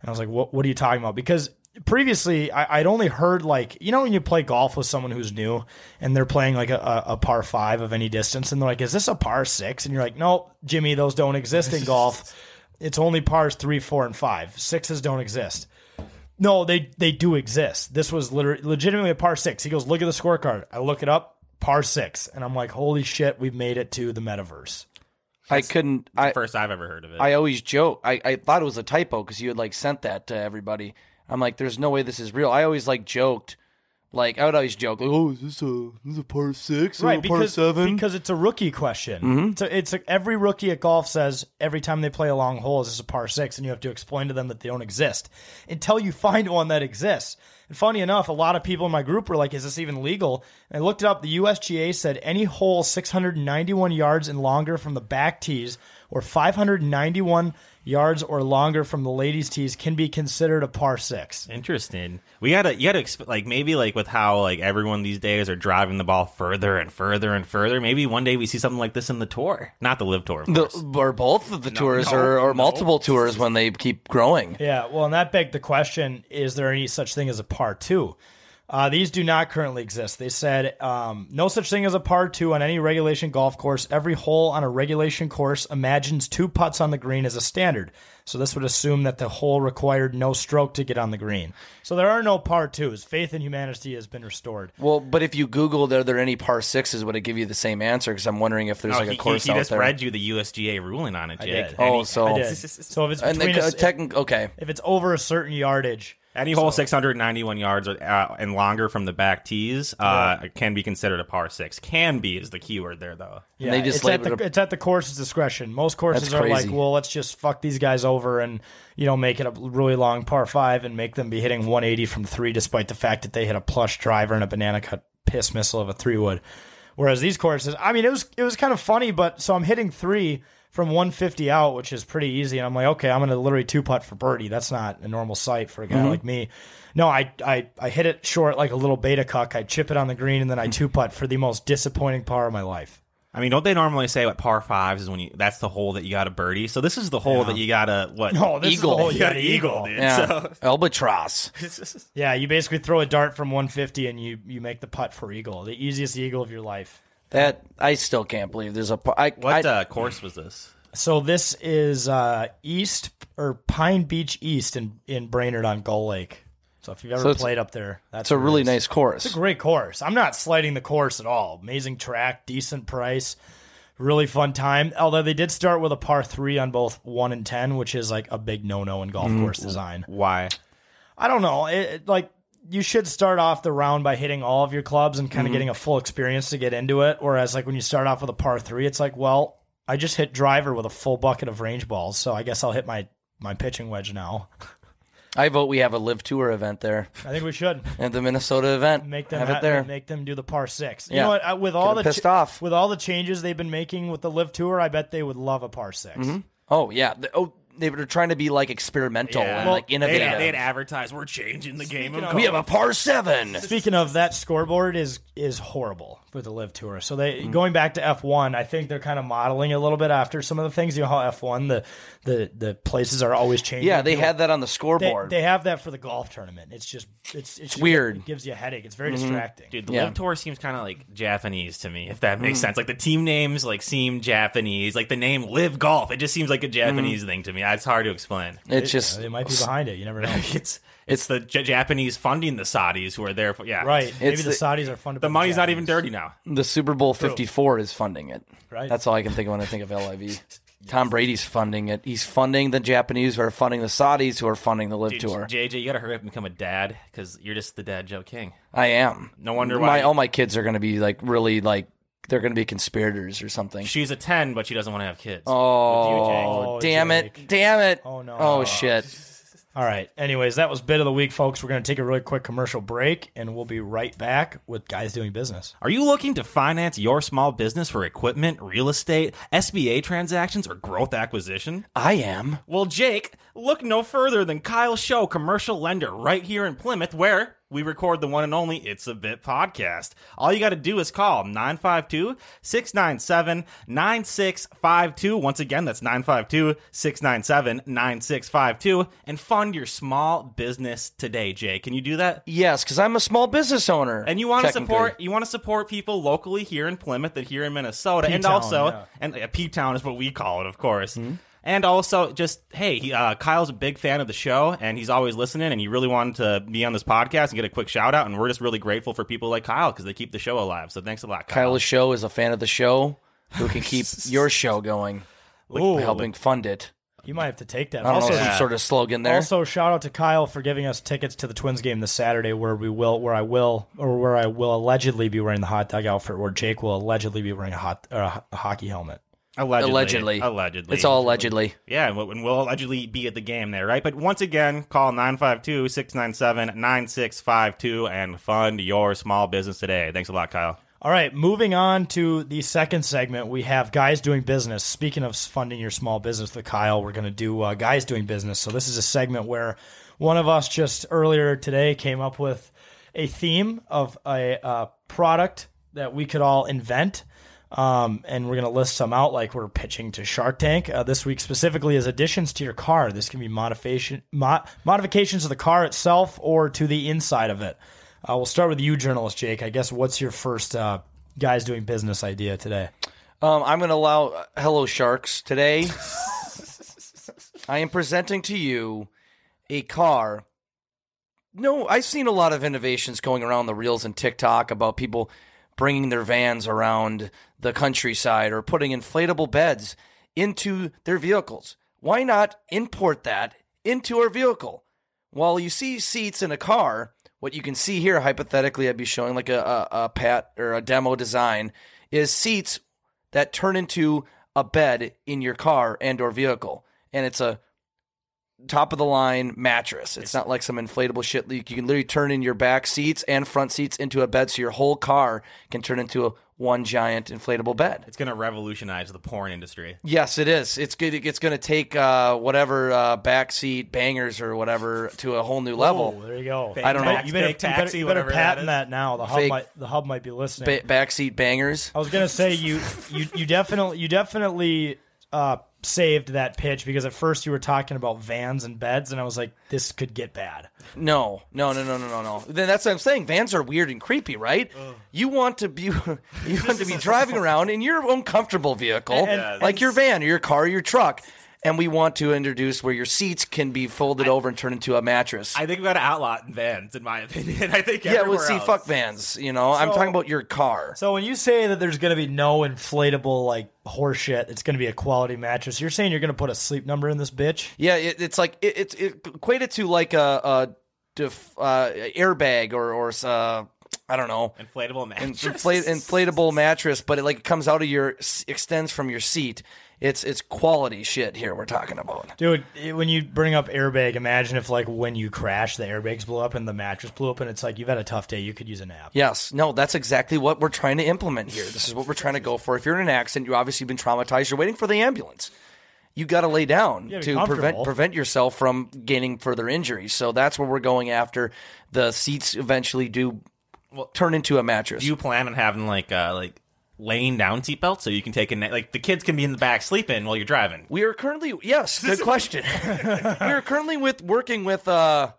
A: And I was like, what, what are you talking about? Because previously, I, I'd only heard, like, you know, when you play golf with someone who's new and they're playing like a, a, a par five of any distance, and they're like, is this a par six? And you're like, no, Jimmy, those don't exist in golf. It's only pars three, four, and five. Sixes don't exist. No, they they do exist. This was liter- legitimately a par six. He goes, look at the scorecard. I look it up, par six, and I'm like, holy shit, we've made it to the metaverse.
J: I couldn't. I
B: First I've ever heard of it.
J: I always joke. I, I thought it was a typo because you had like sent that to everybody. I'm like, there's no way this is real. I always like joked. Like I would always joke, like, oh, is this a this is a par six or a par
A: because,
J: seven?
A: because it's a rookie question.
J: Mhm.
A: So it's a, every rookie at golf says every time they play a long hole, is this a par six, and you have to explain to them that they don't exist until you find one that exists. And funny enough, a lot of people in my group were like, is this even legal? And I looked it up. The USGA said any hole 691 yards and longer from the back tees or 591 yards or longer from the ladies' tees can be considered a par six.
B: Interesting. We gotta, you gotta, exp- like maybe like with how like everyone these days are driving the ball further and further and further. Maybe one day we see something like this in the tour, not the live tour, of
J: The,
B: course.
J: or both of the tours,
B: no,
J: or, or
B: no.
J: multiple tours when they keep growing.
A: Yeah, well, and that begged the question: Is there any such thing as a par two? Uh, these do not currently exist. They said um, no such thing as a par two on any regulation golf course. Every hole on a regulation course imagines two putts on the green as a standard. So this would assume that the hole required no stroke to get on the green. So there are no par twos. Faith in humanity has been restored.
J: Well, but if you Googled, are there any par sixes, would it give you the same answer? Because I'm wondering if there's
B: No,
J: like
B: Oh, he- he-
J: a course
B: he,
J: out
B: just
J: there.
B: read you the USGA ruling on it,
J: I
B: Jake.
J: did. Oh,
B: Any-
J: so-
A: I did. So if it's
J: And the
A: between
J: co-
A: a,
J: techni- okay,
A: if it's over a certain yardage,
B: Any hole 691 yards or, uh, and longer from the back tees uh, can be considered a par six. Can be is the keyword there, though.
A: Yeah, it's at, the, it's at the course's discretion. Most courses
J: That's
A: are like,
J: crazy.
A: well, let's just fuck these guys over and you know make it a really long par five and make them be hitting 180 from three, despite the fact that they hit a plush driver and a banana cut piss missile of a three wood. Whereas these courses, I mean, it was it was kind of funny, but so I'm hitting three from 150 out, which is pretty easy, and I'm like, okay, I'm gonna literally two putt for birdie. That's not a normal sight for a guy
J: Mhm.
A: like me. No, I, I I hit it short like a little beta cuck. I chip it on the green and then
J: Mm.
A: I two putt for the most disappointing par of my life.
B: I mean, don't they normally say what par fives is when you that's the hole that you got a birdie? So this is the hole that you got a what?
A: No, Oh, this is the
B: eagle.
A: hole you
B: you
A: got
B: got an
A: an
B: eagle,
A: eagle.
B: dude.
J: yeah,
B: So
J: albatross.
A: Yeah, you basically throw a dart from 150 and you you make the putt for eagle, the easiest eagle of your life.
J: That I still can't believe. There's a par- I,
B: what
J: I,
B: uh, course was this?
A: So this is uh, East or Pine Beach East in in Brainerd on Gull Lake. So if you've
J: So
A: ever
J: it's-
A: played up there, that's
J: it's a
A: where it
J: really
A: is.
J: nice course.
A: It's a great course. I'm not slighting the course at all. Amazing track, decent price, really fun time. Although they did start with a par three on both one and ten, which is like a big no no in golf
J: Mm-hmm.
B: Mm.
A: course design.
B: Why?
A: I don't know. It, it- like you should start off the round by hitting all of your clubs and kind of
J: Mhm.
A: getting a full experience to get into it. Whereas like when you start off with a par three, it's like, well, I just hit driver with a full bucket of range balls, so I guess I'll hit my my pitching wedge now.
J: I vote we have a live tour event there
A: I think we should.
J: at the Minnesota event.
A: Make them
J: have
A: ha-
J: it there.
A: Make them do the par six. You
J: Yeah.
A: know what? I, with
J: Get
A: all
J: 'em
A: the
J: pissed
A: cha-
J: off.
A: with all the changes they've been making with the live tour, I bet they would love a par 6
J: Mhm. Oh yeah. The- oh, they were trying to be like experimental and
B: Well,
J: like innovative.
B: They'd, they'd advertise we're changing the game of golf.
J: we have a par seven.
A: Speaking of that scoreboard is is horrible for the live tour. So they
J: Mm.
A: going back to F one, I think they're kind of modeling a little bit after some of the things. You know how F one the the the places are always changing.
J: Yeah, they had that on the
A: They,
J: scoreboard.
A: they have that for the golf tournament. It's just it's it's, just-
J: weird. Mm-hmm.
A: It gives you a headache. It's very distracting.
B: Dude, the
J: Yeah.
B: Live Tour seems kind of like Japanese to me, if that makes sense. Like the team names like seem Japanese. Like the name Live Golf, it just seems like a
J: Mm.
B: Japanese thing to me. It's hard to explain.
J: it's just
A: they might be behind it. You never know.
B: it's it's the J- Japanese funding the Saudis who are there for yeah
A: right. Maybe
J: It's
A: the,
J: the-
A: Saudis are funded.
B: The
A: by
B: money's not even
A: Japanese.
B: dirty now.
J: the Super Bowl 54 is funding it.
A: Right.
J: That's all I can think of when I think of LIV. Tom Brady's funding it. He's funding the Japanese who are funding the Saudis who are funding the Live
B: Dude,
J: Tour.
B: JJ, you gotta hurry up and become a dad because you're just the dad Joe King.
J: I am.
B: No wonder
J: my,
B: why-
J: all my kids are going to be like really like they're going to be conspirators or something.
B: She's a ten, but she doesn't want to have kids.
J: Oh,
A: Oh,
J: damn
A: Jake.
J: it. Damn it.
A: Oh, no.
J: Oh shit.
A: All right. Anyways, that was bit of the week, folks. We're going to take a really quick commercial break, and we'll be right back with guys doing business.
B: Are you looking to finance your small business for equipment, real estate, SBA transactions, or growth acquisition?
J: I am.
B: Well, Jake, look no further than Kyle Show, commercial lender, right here in Plymouth, where we record the one and only It's a Bit podcast. All you got to do is call 952 697 9652. Once again, that's 952 697 9652. And fund your small business today, Jake. Can you do that?
J: Yes, cuz I'm a small business owner.
B: And you want to
J: technically.
B: support you want to support people locally here in Plymouth and here in Minnesota, and
A: P-town,
B: also
A: yeah.
B: and yeah, P Town is what we call it, of course.
J: Mm-hmm.
B: And also, just hey, he, uh, Kyle's a big fan of the show, and he's always listening. And he really wanted to be on this podcast and get a quick shout out. And we're just really grateful for people like Kyle because they keep the show alive. So thanks a lot, Kyle.
J: Kyle's show is a fan of the show who can keep your show going
A: Ooh.
J: by helping fund it.
A: You might have to take that.
J: I don't
A: Also,
J: know some sort of slogan there.
A: also, shout out to Kyle for giving us tickets to the Twins game this Saturday, where we will, where I will, or where I will allegedly be wearing the hot dog outfit, where Jake will allegedly be wearing a hot or a ho- hockey helmet.
B: Allegedly.
J: Allegedly.
B: Allegedly.
J: It's all allegedly.
B: Yeah, and we'll- and we'll allegedly be at the game there, right? But once again, call 952 697 9652 and fund your small business today. Thanks a lot, Kyle.
A: All right, moving on to the second segment, we have guys doing business. Speaking of funding your small business with Kyle, we're going to do uh, guys doing business. So this is a segment where one of us just earlier today came up with a theme of a uh, product that we could all invent. Um, and we're going to list some out like we're pitching to Shark Tank. Uh, this week specifically is additions to your car. This can be modification, mo- modifications to the car itself or to the inside of it. Uh, we'll start with you, journalist Jake. I guess what's your first uh, guys doing business idea today?
J: Um, I'm going to allow uh, Hello Sharks today. I am presenting to you a car. No, I've seen a lot of innovations going around the reels and TikTok about people bringing their vans around the countryside or putting inflatable beds into their vehicles. Why not import that into our vehicle? While you see seats in a car, what you can see here, hypothetically, I'd be showing like a, a, a pat or a demo design, is seats that turn into a bed in your car and or vehicle and it's a top of the line mattress it's not like some inflatable shit leak you can literally turn in your back seats and front seats into a bed so your whole car can turn into a one giant inflatable bed
B: It's going to revolutionize the porn industry.
J: yes it is it's good it's going to take uh, whatever uh, backseat bangers or whatever to a whole new level
A: Oh, there you go.
J: i don't know
A: You better,
B: Fake taxi,
A: you better, you
B: whatever
A: better
B: that
A: patent
B: is.
A: that, now. The hub,
J: Fake-
A: might, the hub might be listening.
J: ba- backseat bangers
A: I was gonna say you you you definitely you definitely uh, saved that pitch because at first you were talking about vans and beds, and I was like, this could get bad.
J: No, no, no, no, no, no, no. Then that's what I'm saying. Vans are weird and creepy, right? You want to be, you want to be driving around in your own comfortable vehicle, like your van or your car or your truck, and we want to introduce where your seats can be folded over and turned into a mattress.
B: I think we got to outlaw vans, in my opinion. I think
J: yeah, well,
B: everywhere
J: see,
B: else.
J: fuck vans. You know, I'm
A: So-
J: talking about your car.
A: So when you say that there's gonna be no inflatable like horseshit, it's gonna be a quality mattress. You're saying you're gonna put a sleep number in this bitch?
J: Yeah, it, it's like it, it, it equated to like a, a def, uh, airbag or or uh, I don't know.
B: Inflatable
J: in-
B: mattress.
J: inflate, inflatable mattress, but it like comes out of your s- extends from your seat. It's it's quality shit here we're talking about.
A: Dude, it- when you bring up airbag, imagine if like when you crash, the airbags blew up and the mattress blew up, and it's like you've had a tough day. You could use a nap.
J: Yes, no, that's exactly what we're trying to implement here. This is what we're trying to go for. If you're in an accident, you obviously been traumatized. You're waiting for the ambulance. You got to lay down
A: gotta be
J: to prevent
A: comfortable.
J: prevent yourself from gaining further injuries. So that's where we're going after. The seats eventually do turn into a mattress.
B: Do you plan on having like uh, like laying down seatbelts so you can take a na- like the kids can be in the back sleeping while you're driving?
J: We are currently yes, good question. we are currently with working with uh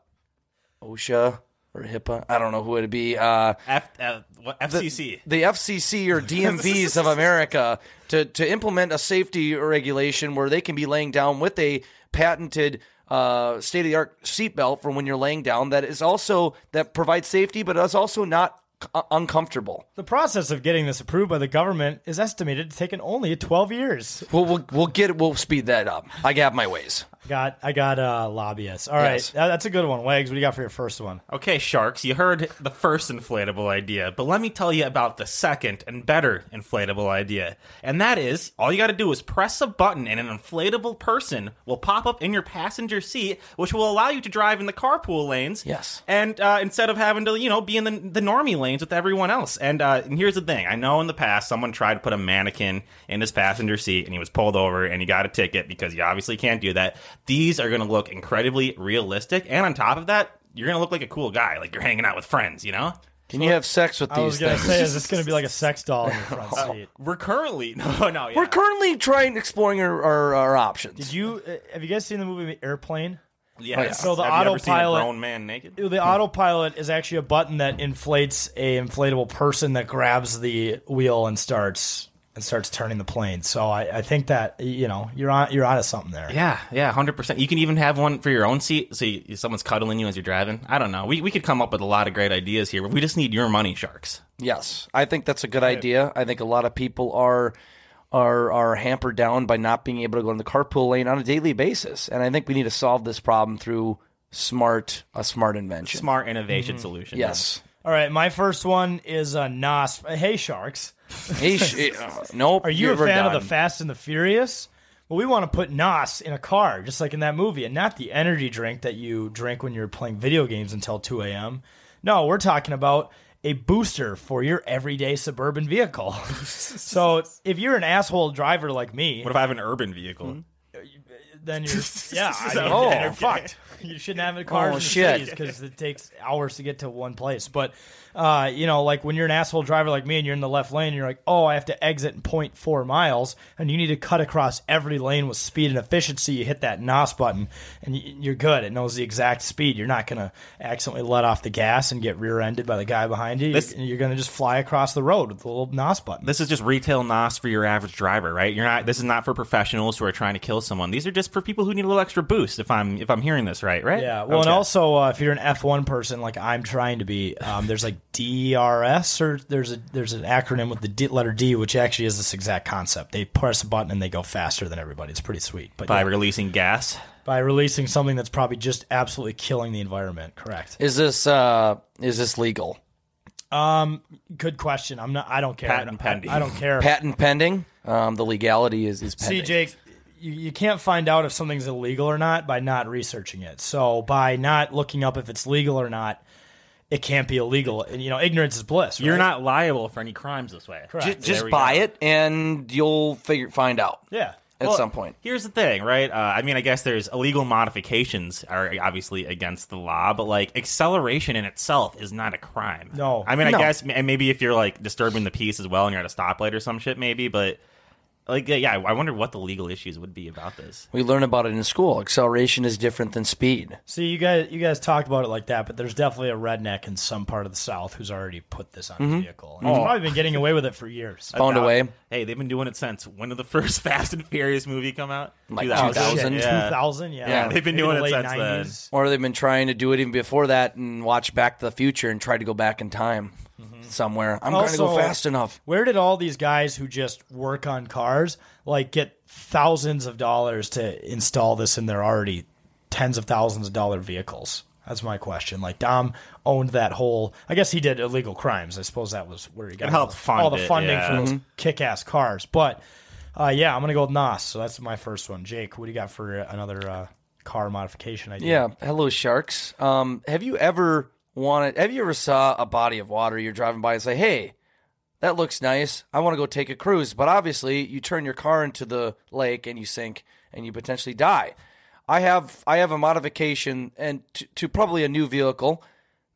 J: OSHA or HIPAA. I don't know who it'd be. Uh
B: F, uh, what, FCC.
J: the FCC or DMVs of America to to implement a safety regulation where they can be laying down with a patented uh, state of the art seatbelt for when you're laying down that is also that provides safety but is also not c- uh, uncomfortable.
A: The process of getting this approved by the government is estimated to take an only 12 years.
J: We'll, we'll we'll get we'll speed that up. I got my ways.
A: I got I got uh, lobbyists. All right,
J: Yes. Oh,
A: that- that's a good one. Wags, what do you got for your first one?
B: okay, sharks, you heard the first inflatable idea, but let me tell you about the second and better inflatable idea. And that is all you got to do is press a button and an inflatable person will pop up in your passenger seat, which will allow you to drive in the carpool lanes.
J: Yes.
B: And uh, instead of having to, you know, be in the, the normie lanes with everyone else. And, uh, and here's the thing I know in the past someone tried to put a mannequin in his passenger seat and he was pulled over and he got a ticket because you obviously can't do that. These are going to look incredibly realistic. And on top of that, you're going to look like a cool guy, like you're hanging out with friends, you know?
J: Can you have sex with
A: I was
J: these
A: gonna
J: things?
A: say, is this gonna be like a sex doll in your front seat?
B: We're currently. No, no, yeah.
J: We're currently trying exploring our, our, our options.
A: Did you uh, have you guys seen the movie Airplane?
B: Yes.
J: Oh, yeah.
A: So the
B: Have you ever seen a
A: autopilot-
B: grown man naked?
A: The autopilot is actually a button that inflates a inflatable person that grabs the wheel and starts and starts turning the plane. So I, I think that you know you're on you're onto something there.
B: Yeah, yeah, hundred percent. You can even have one for your own seat, so you, someone's cuddling you as you're driving. I don't know. We, we could come up with a lot of great ideas here, but we just need your money, sharks.
J: Yes, I think that's a good idea. I think a lot of people are are are hampered down by not being able to go in the carpool lane on a daily basis, and I think we need to solve this problem through smart a smart invention.
A: Mm-hmm.
B: Smart innovation solution.
J: Yes.
A: All right, my first one is uh, Nos. Hey, sharks.
J: He sh- it- uh, nope.
A: Are you a
J: you're
A: fan of
J: done.
A: the Fast and the Furious? Well, we want to put Nos in a car, just like in that movie, and not the energy drink that you drink when you're playing video games until 2 a.m. No, we're talking about a booster for your everyday suburban vehicle. so if you're an asshole driver like me,
B: What if I have an urban
A: Mm-hmm.
B: vehicle?
A: then you're yeah, I
B: So-
A: mean,
B: Oh.
A: then you're fucked. You shouldn't have a car
J: Oh,
A: in the
J: shit.
A: because it takes hours to get to one place. But uh, you know, like when you're an asshole driver like me and you're in the left lane, and you're like, oh, I have to exit in 0.4 miles, and you need to cut across every lane with speed and efficiency. You hit that nos button, and y- you're good. It knows the exact speed. You're not gonna accidentally let off the gas and get rear-ended by the guy behind you.
B: This-
A: you're, you're gonna just fly across the road with the little nos button.
B: This is just retail nos for your average driver, right? You're not. This is not for professionals who are trying to kill someone. These are just for people who need a little extra boost. If I'm if I'm hearing this right, right?
A: Yeah. Well,
B: Okay.
A: and also uh, if you're an F1 person, like I'm trying to be, um, there's like DRS or there's a there's an acronym with the D, letter D, which actually is this exact concept. They press a button and they go faster than everybody. It's pretty sweet. But
B: by
A: yeah,
B: releasing gas.
A: by releasing something that's probably just absolutely killing the environment. Correct.
J: Is this uh is this legal?
A: Um. Good question. I'm not. I don't care.
B: Patent
A: I,
B: pending.
A: I don't care.
J: Patent pending. Um, the legality is is
A: See,
J: pending.
A: Jake, you, you can't find out if something's illegal or not by not researching it. So by not looking up if it's legal or not, it can't be illegal. And you know, ignorance is bliss.
B: You're
A: right?
B: not liable for any crimes this way.
A: Correct.
J: Ju-
A: There
J: just
B: we
J: buy
B: go.
J: it and you'll figure find out
A: Yeah.
J: at
B: Well,
J: some point.
B: Here's the thing, right? Uh, I mean, I guess there's illegal modifications are obviously against the law, but like acceleration in itself is not a crime.
A: No.
B: I mean,
J: No.
B: I guess and maybe if you're like disturbing the peace as well and you're at a stoplight or some shit, maybe. But like, yeah, I wonder what the legal issues would be about this.
J: We learn about it in school. Acceleration is different than speed.
A: See, you guys, you guys talked about it like that, but there's definitely a redneck in some part of the South who's already put this on his vehicle. And He's probably been getting away with it for years.
J: Found a
B: Now-
J: way.
B: Hey, they've been doing it since when did the first Fast and Furious movie come out?
J: Like
A: Shit,
J: 2000.
B: Yeah.
A: 2000, yeah.
J: Yeah,
B: they've been
A: Maybe
B: doing
A: the
B: it
A: late
B: since then.
J: Or they've been trying to do it even before that and watch Back to the Future and try to go back in time somewhere. I'm going to go
A: Also-
J: fast enough.
A: Where did all these guys who just work on cars like get thousands of dollars to install this in their already tens of thousands of dollar vehicles? That's my question. Like Dom owned that whole. I guess he did illegal crimes. I suppose that was where he got
B: It
A: all,
B: helped
A: the-
B: fund
A: all the
B: it,
A: funding
B: yeah. Mm-hmm.
A: for those kick-ass cars. But uh, yeah, I'm gonna go with Nas. So that's my first one. Jake, what do you got for another uh, car modification idea?
J: Yeah. Hello, sharks. Um, have you ever wanted? Have you ever saw a body of water you're driving by and say, "Hey, that looks nice. I want to go take a cruise." But obviously, you turn your car into the lake and you sink and you potentially die. I have I have a modification and to, to probably a new vehicle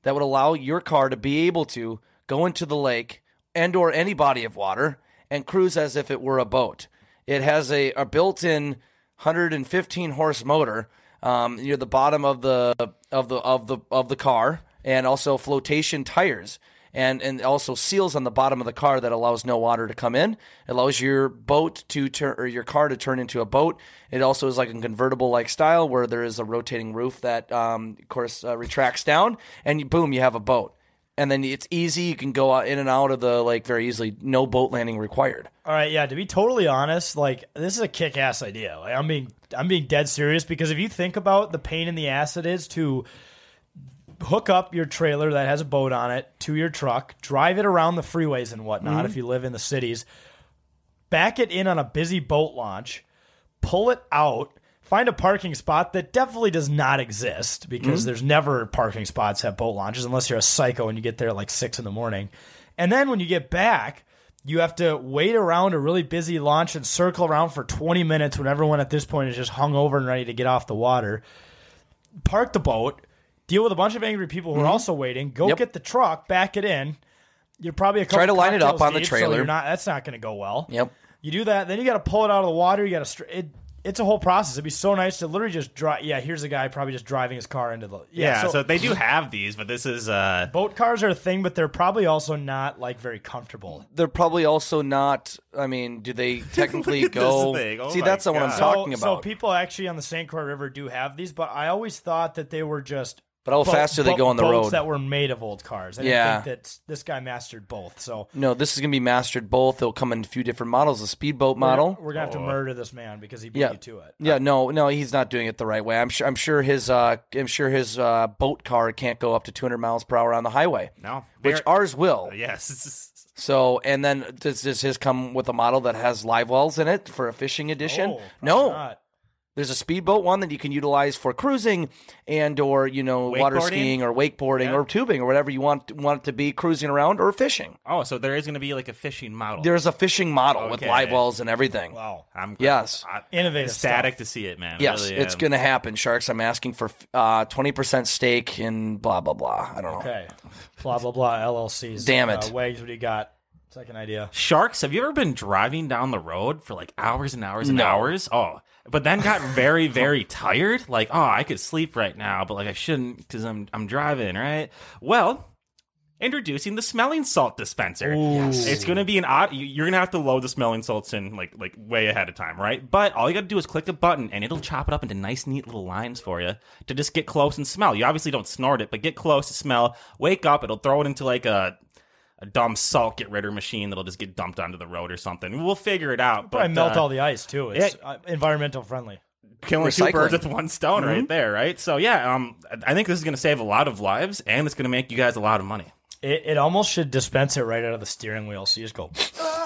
J: that would allow your car to be able to go into the lake and or any body of water and cruise as if it were a boat. It has a, a built-in 115 horse motor um, near the bottom of the of the of the of the car, and also flotation tires, and and also seals on the bottom of the car that allows no water to come in. It allows your boat to turn or your car to turn into a boat. It also is like a convertible like style where there is a rotating roof that, um, of course, uh, retracts down, and you, boom, you have a boat. And then it's easy. You can go out in and out of the lake very easily. No boat landing required.
A: All right, yeah. To be totally honest, like this is a kick-ass idea. Like I'm being, I'm being dead serious because if you think about the pain in the ass it is to hook up your trailer that has a boat on it to your truck, drive it around the freeways and whatnot. If you live in the cities, back it in on a busy boat launch, pull it out, find a parking spot that definitely does not exist
J: Mm-hmm.
A: because there's never parking spots at boat launches unless you're a psycho and you get there at like six in the morning. And then when you get back, you have to wait around a really busy launch and circle around for 20 minutes when everyone at this point is just hung over and ready to get off the water. Park the boat, deal with a bunch of angry people who are also waiting, go
J: Mm-hmm. Yep.
A: get the truck, back it in. You're probably a couple
J: Try to line it up
A: cocktails
J: on the
A: deep, so
J: trailer.
A: you're not- that's not going to go well.
J: Yep.
A: You do that, then you got to pull it out of the water. You got to. Str- it, it's a whole process. It'd be so nice to literally just drive. Yeah, here's a guy probably just driving his car into the.
B: Yeah,
A: Yeah.
B: so, they do have these, but this is uh,
A: boat cars are a thing, but they're probably also not like very comfortable.
J: They're probably also not. I mean, do they technically
B: at this
J: go?
B: thing. Oh
J: See,
B: my
J: that's the one I'm
B: God.
A: So,
J: talking
A: so
J: about.
A: people actually on the St. Croix River do have these, but I always thought that they were just.
J: But how
A: boat-
J: fast do they
A: boat-
J: go on the
A: boats
J: road?
A: That were made of old cars. I
J: Yeah.
A: didn't think that this guy mastered both. So
J: No, this is going to be mastered both. They'll come in a few different models. The speedboat model.
A: we're, we're gonna have to murder this man because he beat
J: yeah.
A: you to it.
J: Yeah, no, no, he's not doing it the right way. I'm sure. I'm sure his. Uh, I'm sure his uh, boat car can't go up to 200 miles per hour on the highway.
B: No.
J: which
B: They're-
J: ours will.
B: yes.
J: So, and then does, does his come with a model that has live wells in it for a fishing
A: Oh,
J: edition? no. There's a speedboat one that you can utilize for cruising and or, you know, water
B: Wakeboarding?
J: skiing or wakeboarding or tubing or whatever you want want it to be cruising around or fishing.
B: Oh, so there is going to be like a fishing model.
J: There's a fishing model with
B: Okay.
J: live wells and everything.
A: Wow.
B: I'm
J: Yes.
B: I-
A: Innovative
B: Ecstatic
A: stuff.
B: to see it, man. I
J: Yes,
B: really
J: it's
B: am.
J: going to happen, Sharks. I'm asking for uh, 20% stake in blah, blah, blah. I don't know.
A: Okay. Blah blah blah. LLCs.
J: Damn it.
A: Uh, Wags, what do you got? Second idea.
B: Sharks, have you ever been driving down the road for like hours and hours and
J: No.
B: hours? Oh, but then got very, very tired. Like, oh, I could sleep right now, but like I shouldn't because I'm I'm driving, right? Well, introducing the smelling salt dispenser.
A: Yes.
B: It's going to be an odd. you- You're going to have to load the smelling salts in like like way ahead of time, right? But all you got to do is click the button, and it'll chop it up into nice, neat little lines for you to just get close and smell. You obviously don't snort it, but get close to smell. Wake up, it'll throw it into like a a dumb salt get ridder machine that'll just get dumped onto the road or something. We'll figure it out.
A: Probably
B: but
A: melt
B: uh,
A: all the ice too. It's
B: it-
A: uh, environmental friendly.
B: killing two
J: Recycling.
B: birds with one stone
A: Mm-hmm.
B: right there, right? So yeah, um, I think this is going to save a lot of lives, and it's going to make you guys a lot of money.
A: It, it almost should dispense it right out of the steering wheel. So you just go.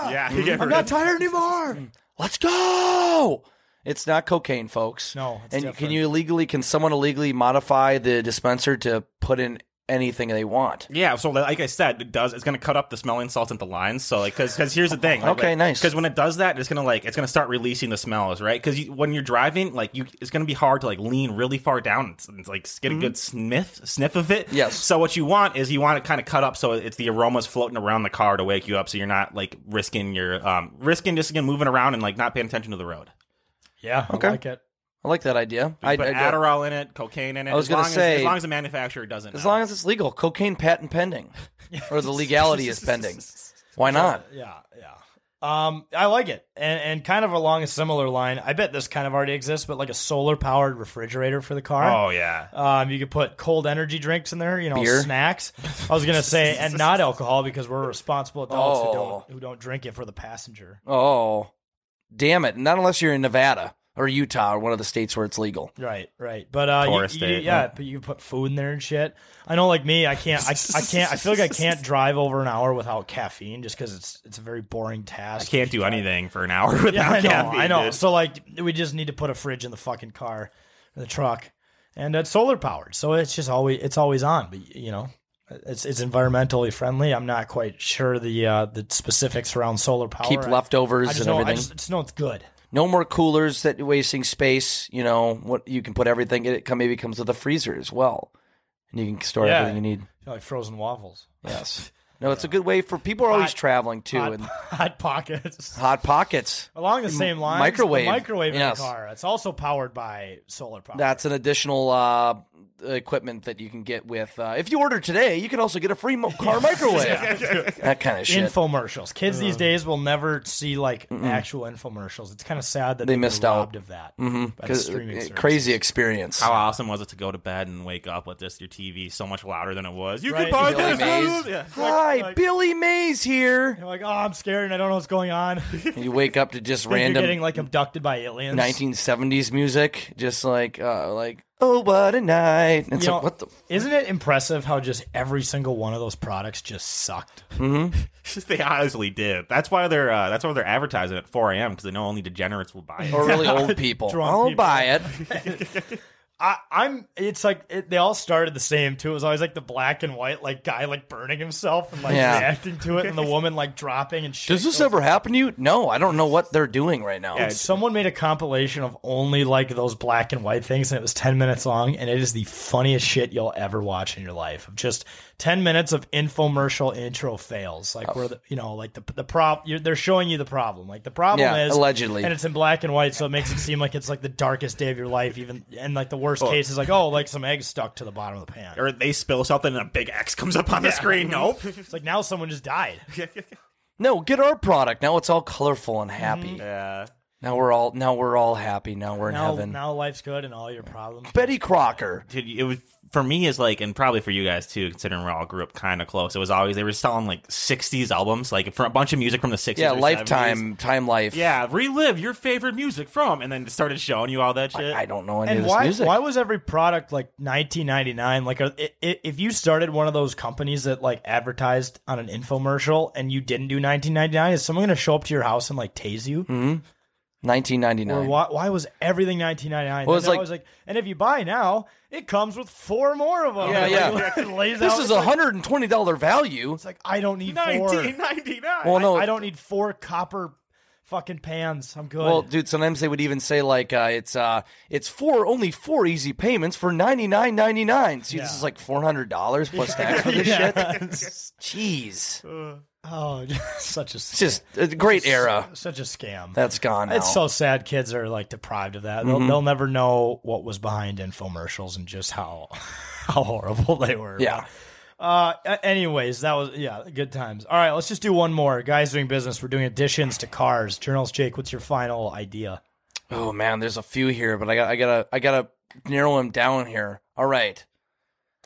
B: Yeah, you get rid
A: I'm
B: of
A: not tired anymore.
J: Let's go. It's not cocaine, folks.
A: No, it's
J: and
A: different.
J: can you illegally? Can someone illegally modify the dispenser to put in anything they want?
B: Yeah, so like I said, it does. It's gonna cut up the smelling salts into lines. So like, because here's the thing.
J: Okay, nice.
B: Because when it does that, it's gonna like it's gonna start releasing the smells, right? Because you, when you're driving, like you, it's gonna be hard to like lean really far down and, s- and like get a good sniff sniff of it.
J: Mm-hmm. Yes.
B: So what you want is you want it kind of cut up so it's the aromas floating around the car to wake you up, so you're not like risking your um risking just again moving around and like not paying attention to the road.
A: Yeah,
J: Okay.
A: I like it.
J: I like that idea. I,
B: But
J: I-
B: Adderall in it, cocaine in it.
J: I was
B: as
J: gonna
B: long as,
J: say-
B: as long as the manufacturer doesn't.
J: as
B: know.
J: long as it's legal, cocaine patent pending, or the legality is pending. Why not?
A: Yeah, yeah. Um, I like it, and and kind of along a similar line. I bet this kind of already exists, but like a solar powered refrigerator for the car.
B: Oh yeah.
A: Um, you could put cold energy drinks in there, you know,
J: Beer?
A: snacks. I was gonna say, and not alcohol because we're responsible adults who
J: Oh.
A: don't who don't drink it for the passenger.
J: Oh, damn it! Not unless you're in Nevada or Utah or one of the states where it's legal.
A: Right, right. But uh, you-
B: Forest
A: you-
B: Day,
A: yeah,
B: yeah.
A: but you put food in there and shit. I know, like me, I can't. I, I can't. I feel like I can't drive over an hour without caffeine, just because it's it's a very boring
B: I
A: task.
B: can't do anything for an hour without
A: Yeah, I know.
B: caffeine.
A: I know.
B: dude.
A: So like, we just need to put a fridge in the fucking car, the truck, and it's solar powered, so it's just always it's always on. But you know, it's it's environmentally friendly. I'm not quite sure the uh, the specifics around solar power.
J: Keep
A: I-
J: leftovers
A: I just
J: and
A: know, I
J: everything.
A: just, I just know it's good.
J: No more coolers that wasting space. You know what? You can put everything. It come- maybe comes with a freezer as well, and you can store
A: Yeah.
J: everything you need.
A: You know, like frozen waffles,
J: Yes. No, it's a good way for people are always
A: Hot-
J: traveling too,
A: hot,
J: and
A: hot pockets.
J: hot pockets.
A: Along the same lines, the
J: microwave.
A: microwave
J: Yes.
A: in the car. It's also powered by solar power.
J: That's an additional uh, equipment that you can get with. Uh, if you order today, you can also get a free mo- car microwave. That kind of shit.
A: infomercials. Kids these days will never see like actual infomercials. It's kind of sad that
J: They
A: they've been
J: missed out.
A: robbed of that. by the
J: 'Cause,
A: streaming
J: uh,
A: services.
J: crazy experience.
B: How awesome was it to go to bed and wake up with this your TV so much louder than it was? You
A: Right.
B: can buy
J: Billy
B: this.
J: Mays.
B: Yeah.
J: Hi, Billy Mays here.
A: You're like, oh, I'm scared and I don't know what's going on. Think
J: And you wake up to just
A: You're getting
J: random
A: like abducted by aliens.
J: 1970s music, just like uh, like oh what a night. It's
A: You know,
J: like what the
A: Isn't it impressive how just every single one of those products just sucked?
B: they honestly did. That's why they're uh, that's why they're advertising at 4 a.m. because they know only degenerates will buy it.
J: or really old people.
A: Drunk
J: I'll
A: people.
J: buy it.
A: I, I'm. It's like it, they all started the same too. It was always like the black and white, like guy like burning himself and like
J: Yeah.
A: reacting to it, and the woman like dropping and shit.
J: Does this
A: goes
J: ever happen to you? No, I don't know what they're doing right now.
A: Dude, Oh, someone made a compilation of only like those black and white things, and it was 10 minutes long, and it is the funniest shit you'll ever watch in your life. Of just 10 minutes of infomercial intro fails, like where the, you know, like the the prop, you're, they're showing you the problem. Like the problem
J: Yeah,
A: is
J: allegedly.
A: and it's in black and white, so it makes it seem like it's like the darkest day of your life, even and like the worst case is like oh, like some eggs stuck to the bottom of the pan.
B: Or they spill something and a big X comes up on the screen. Nope.
A: It's like now someone just died.
J: No, get our product. Now it's all colorful and happy.
B: yeah.
J: Now we're all now we're all happy. Now we're in
A: Mm-hmm. now,
J: heaven.
A: now life's good and all your problems.
J: Betty Crocker.
B: Dude, it was for me is like, and probably for you guys too, considering we all grew up kind of close. It was always they were selling like '60s albums, like for a bunch of music from the '60s.
J: Yeah,
B: or
J: Lifetime,
B: 70s.
J: Time Life.
B: Yeah, relive your favorite music from, and then started showing you all that shit.
J: I don't know any of
A: And
J: this
A: why,
J: music.
A: why was every product like 1999? Like, are- i- i- if you started one of those companies that like advertised on an infomercial and you didn't do 1999, is someone going to show up to your house and like tase you?
J: Hmm?
A: Or
J: 1999.
A: why, why was everything 1999?
J: Well,
A: And
J: it's
A: they're
J: like-
A: always like, and if you buy now, it comes with four more of them.
J: Yeah,
A: Like,
J: yeah.
A: like, it lays
J: This
A: out-
J: is
A: it's
J: a
A: like-
J: hundred and twenty dollar value.
A: It's like I don't need four.
B: 1999.
J: Well, no,
A: I don't need four copper fucking pans. I'm good.
J: Well, dude, sometimes they would even say like uh, it's uh, it's four only four easy payments for ninety nine ninety nine. See, this
A: Yeah.
J: is like four hundred dollars plus tax for this shit. Jeez,
A: oh, such a
J: it's just a great era.
A: such a scam.
J: That's gone. Now.
A: It's so sad. Kids are like deprived of that. They'll,
J: Mhm.
A: they'll never know what was behind infomercials and just how how horrible they were.
J: yeah.
A: Uh, a- anyways, that was yeah, good times. All right, let's just do one more. Guys doing business. We're doing additions to cars. Journals, Jake. What's your final idea?
J: Oh man, there's a few here, but I got I gotta I gotta narrow them down here. All right,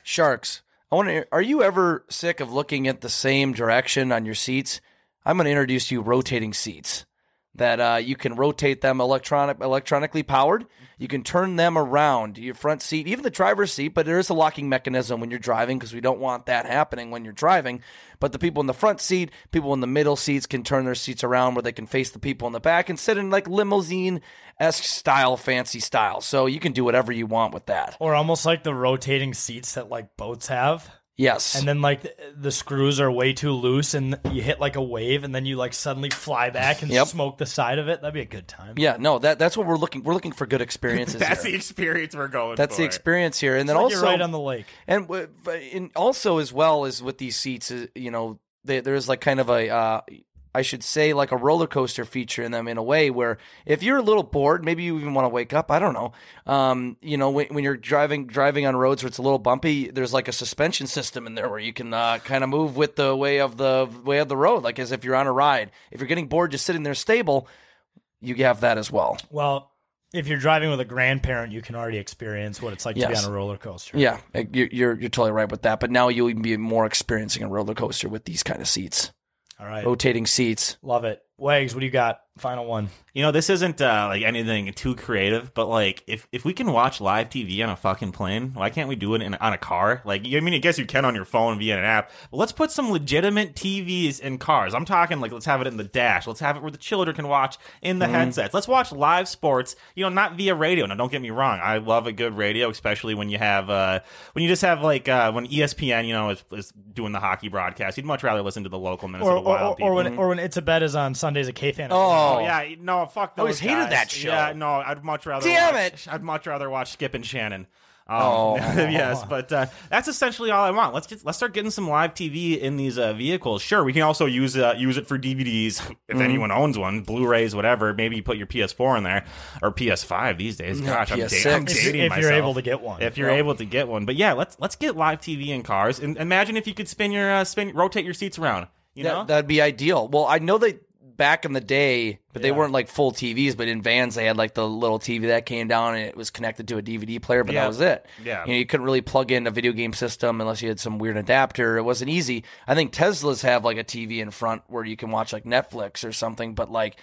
J: sharks. I want to. Are you ever sick of looking at the same direction on your seats? I'm going to introduce you rotating seats that uh, you can rotate them electronic electronically powered. You can turn them around your front seat, even the driver's seat. But there is a locking mechanism when you're driving because we don't want that happening when you're driving. But the people in the front seat, people in the middle seats can turn their seats around where they can face the people in the back and sit in like limousine esque style, fancy style. So you can do whatever you want with that.
A: Or almost like the rotating seats that like boats have.
J: Yes.
A: And then like the, the screws are way too loose, and you hit like a wave, and then you like suddenly fly back and
J: Yep.
A: smoke the side of it. That'd be a good time.
J: Yeah, no, that that's what we're looking. We're looking for good experiences.
B: That's
J: here.
B: the experience we're going.
J: that's the
B: for.
J: experience here, and then
A: Like
J: also
A: you're right on the lake.
J: and w- but in, also as well as with these seats, is, you know, they, there's like kind of a. Uh, I should say, like a roller coaster feature in them, in a way where if you're a little bored, maybe you even want to wake up. I don't know. Um, you know, when, when you're driving driving on roads where it's a little bumpy, there's like a suspension system in there where you can uh, kind of move with the way of the way of the road, like as if you're on a ride. If you're getting bored, just sitting there stable, you have that as well.
A: Well, if you're driving with a grandparent, you can already experience what it's like to be
J: Yes.
A: on a roller coaster.
J: Yeah, like, you're, you're you're totally right with that. But now you'll even be more experiencing a roller coaster with these kind of seats,
A: All right.
J: rotating seats.
A: Love it. Wags, what do you got? Final one.
B: You know, this isn't uh, like anything too creative, but like if if we can watch live TV on a fucking plane, why can't we do it in, on a car? Like, you- I mean, I guess you can on your phone via an app. But let's put some legitimate TVs in cars. I'm talking like let's have it in the dash. Let's have it where the children can watch
A: Mm-hmm.
B: in the headsets. Let's watch live sports. You know, not via radio. Now, don't get me wrong. I love a good radio, especially when you have uh when you just have like uh when ESPN, you know, is, is doing the hockey broadcast. You'd much rather listen to the local
A: Or
B: Minnesota
A: or,
B: Wild
A: or,
B: people.
A: or when or when it's a bet is on Sundays, a K fan.
J: Oh,
B: Oh yeah, no, fuck
J: I
B: those.
J: always hated
B: guys.
J: that show.
B: Yeah, no, I'd much rather.
J: Damn
B: watch,
J: it.
B: I'd much rather watch Skip and Shannon. Um,
J: Oh.
B: yes, but uh, that's essentially all I want. Let's get, let's start getting some live TV in these uh, vehicles. Sure, we can also use uh, use it for DVDs
J: Mm-hmm.
B: if anyone owns one, Blu-rays, whatever. Maybe you put your PS4 in there or PS5 these days. Gosh, I'm, da- I'm
J: PS6.
A: if,
B: dating
A: if
B: myself
A: you're able to get one.
B: if you're
J: Yeah.
B: able to get one. But yeah, let's let's get live TV in cars. And imagine if you could spin your uh, spin rotate your seats around. You know,
J: That, that'd be ideal. Well, I know that back in the day, but they weren't like full TVs. But in vans, they had like the little TV that came down and it was connected to a DVD player. But
B: Yeah.
J: that was it.
B: Yeah.
J: you, know, you couldn't really plug in a video game system unless you had some weird adapter. It wasn't easy. I think Teslas have like a TV in front where you can watch like Netflix or something. But like.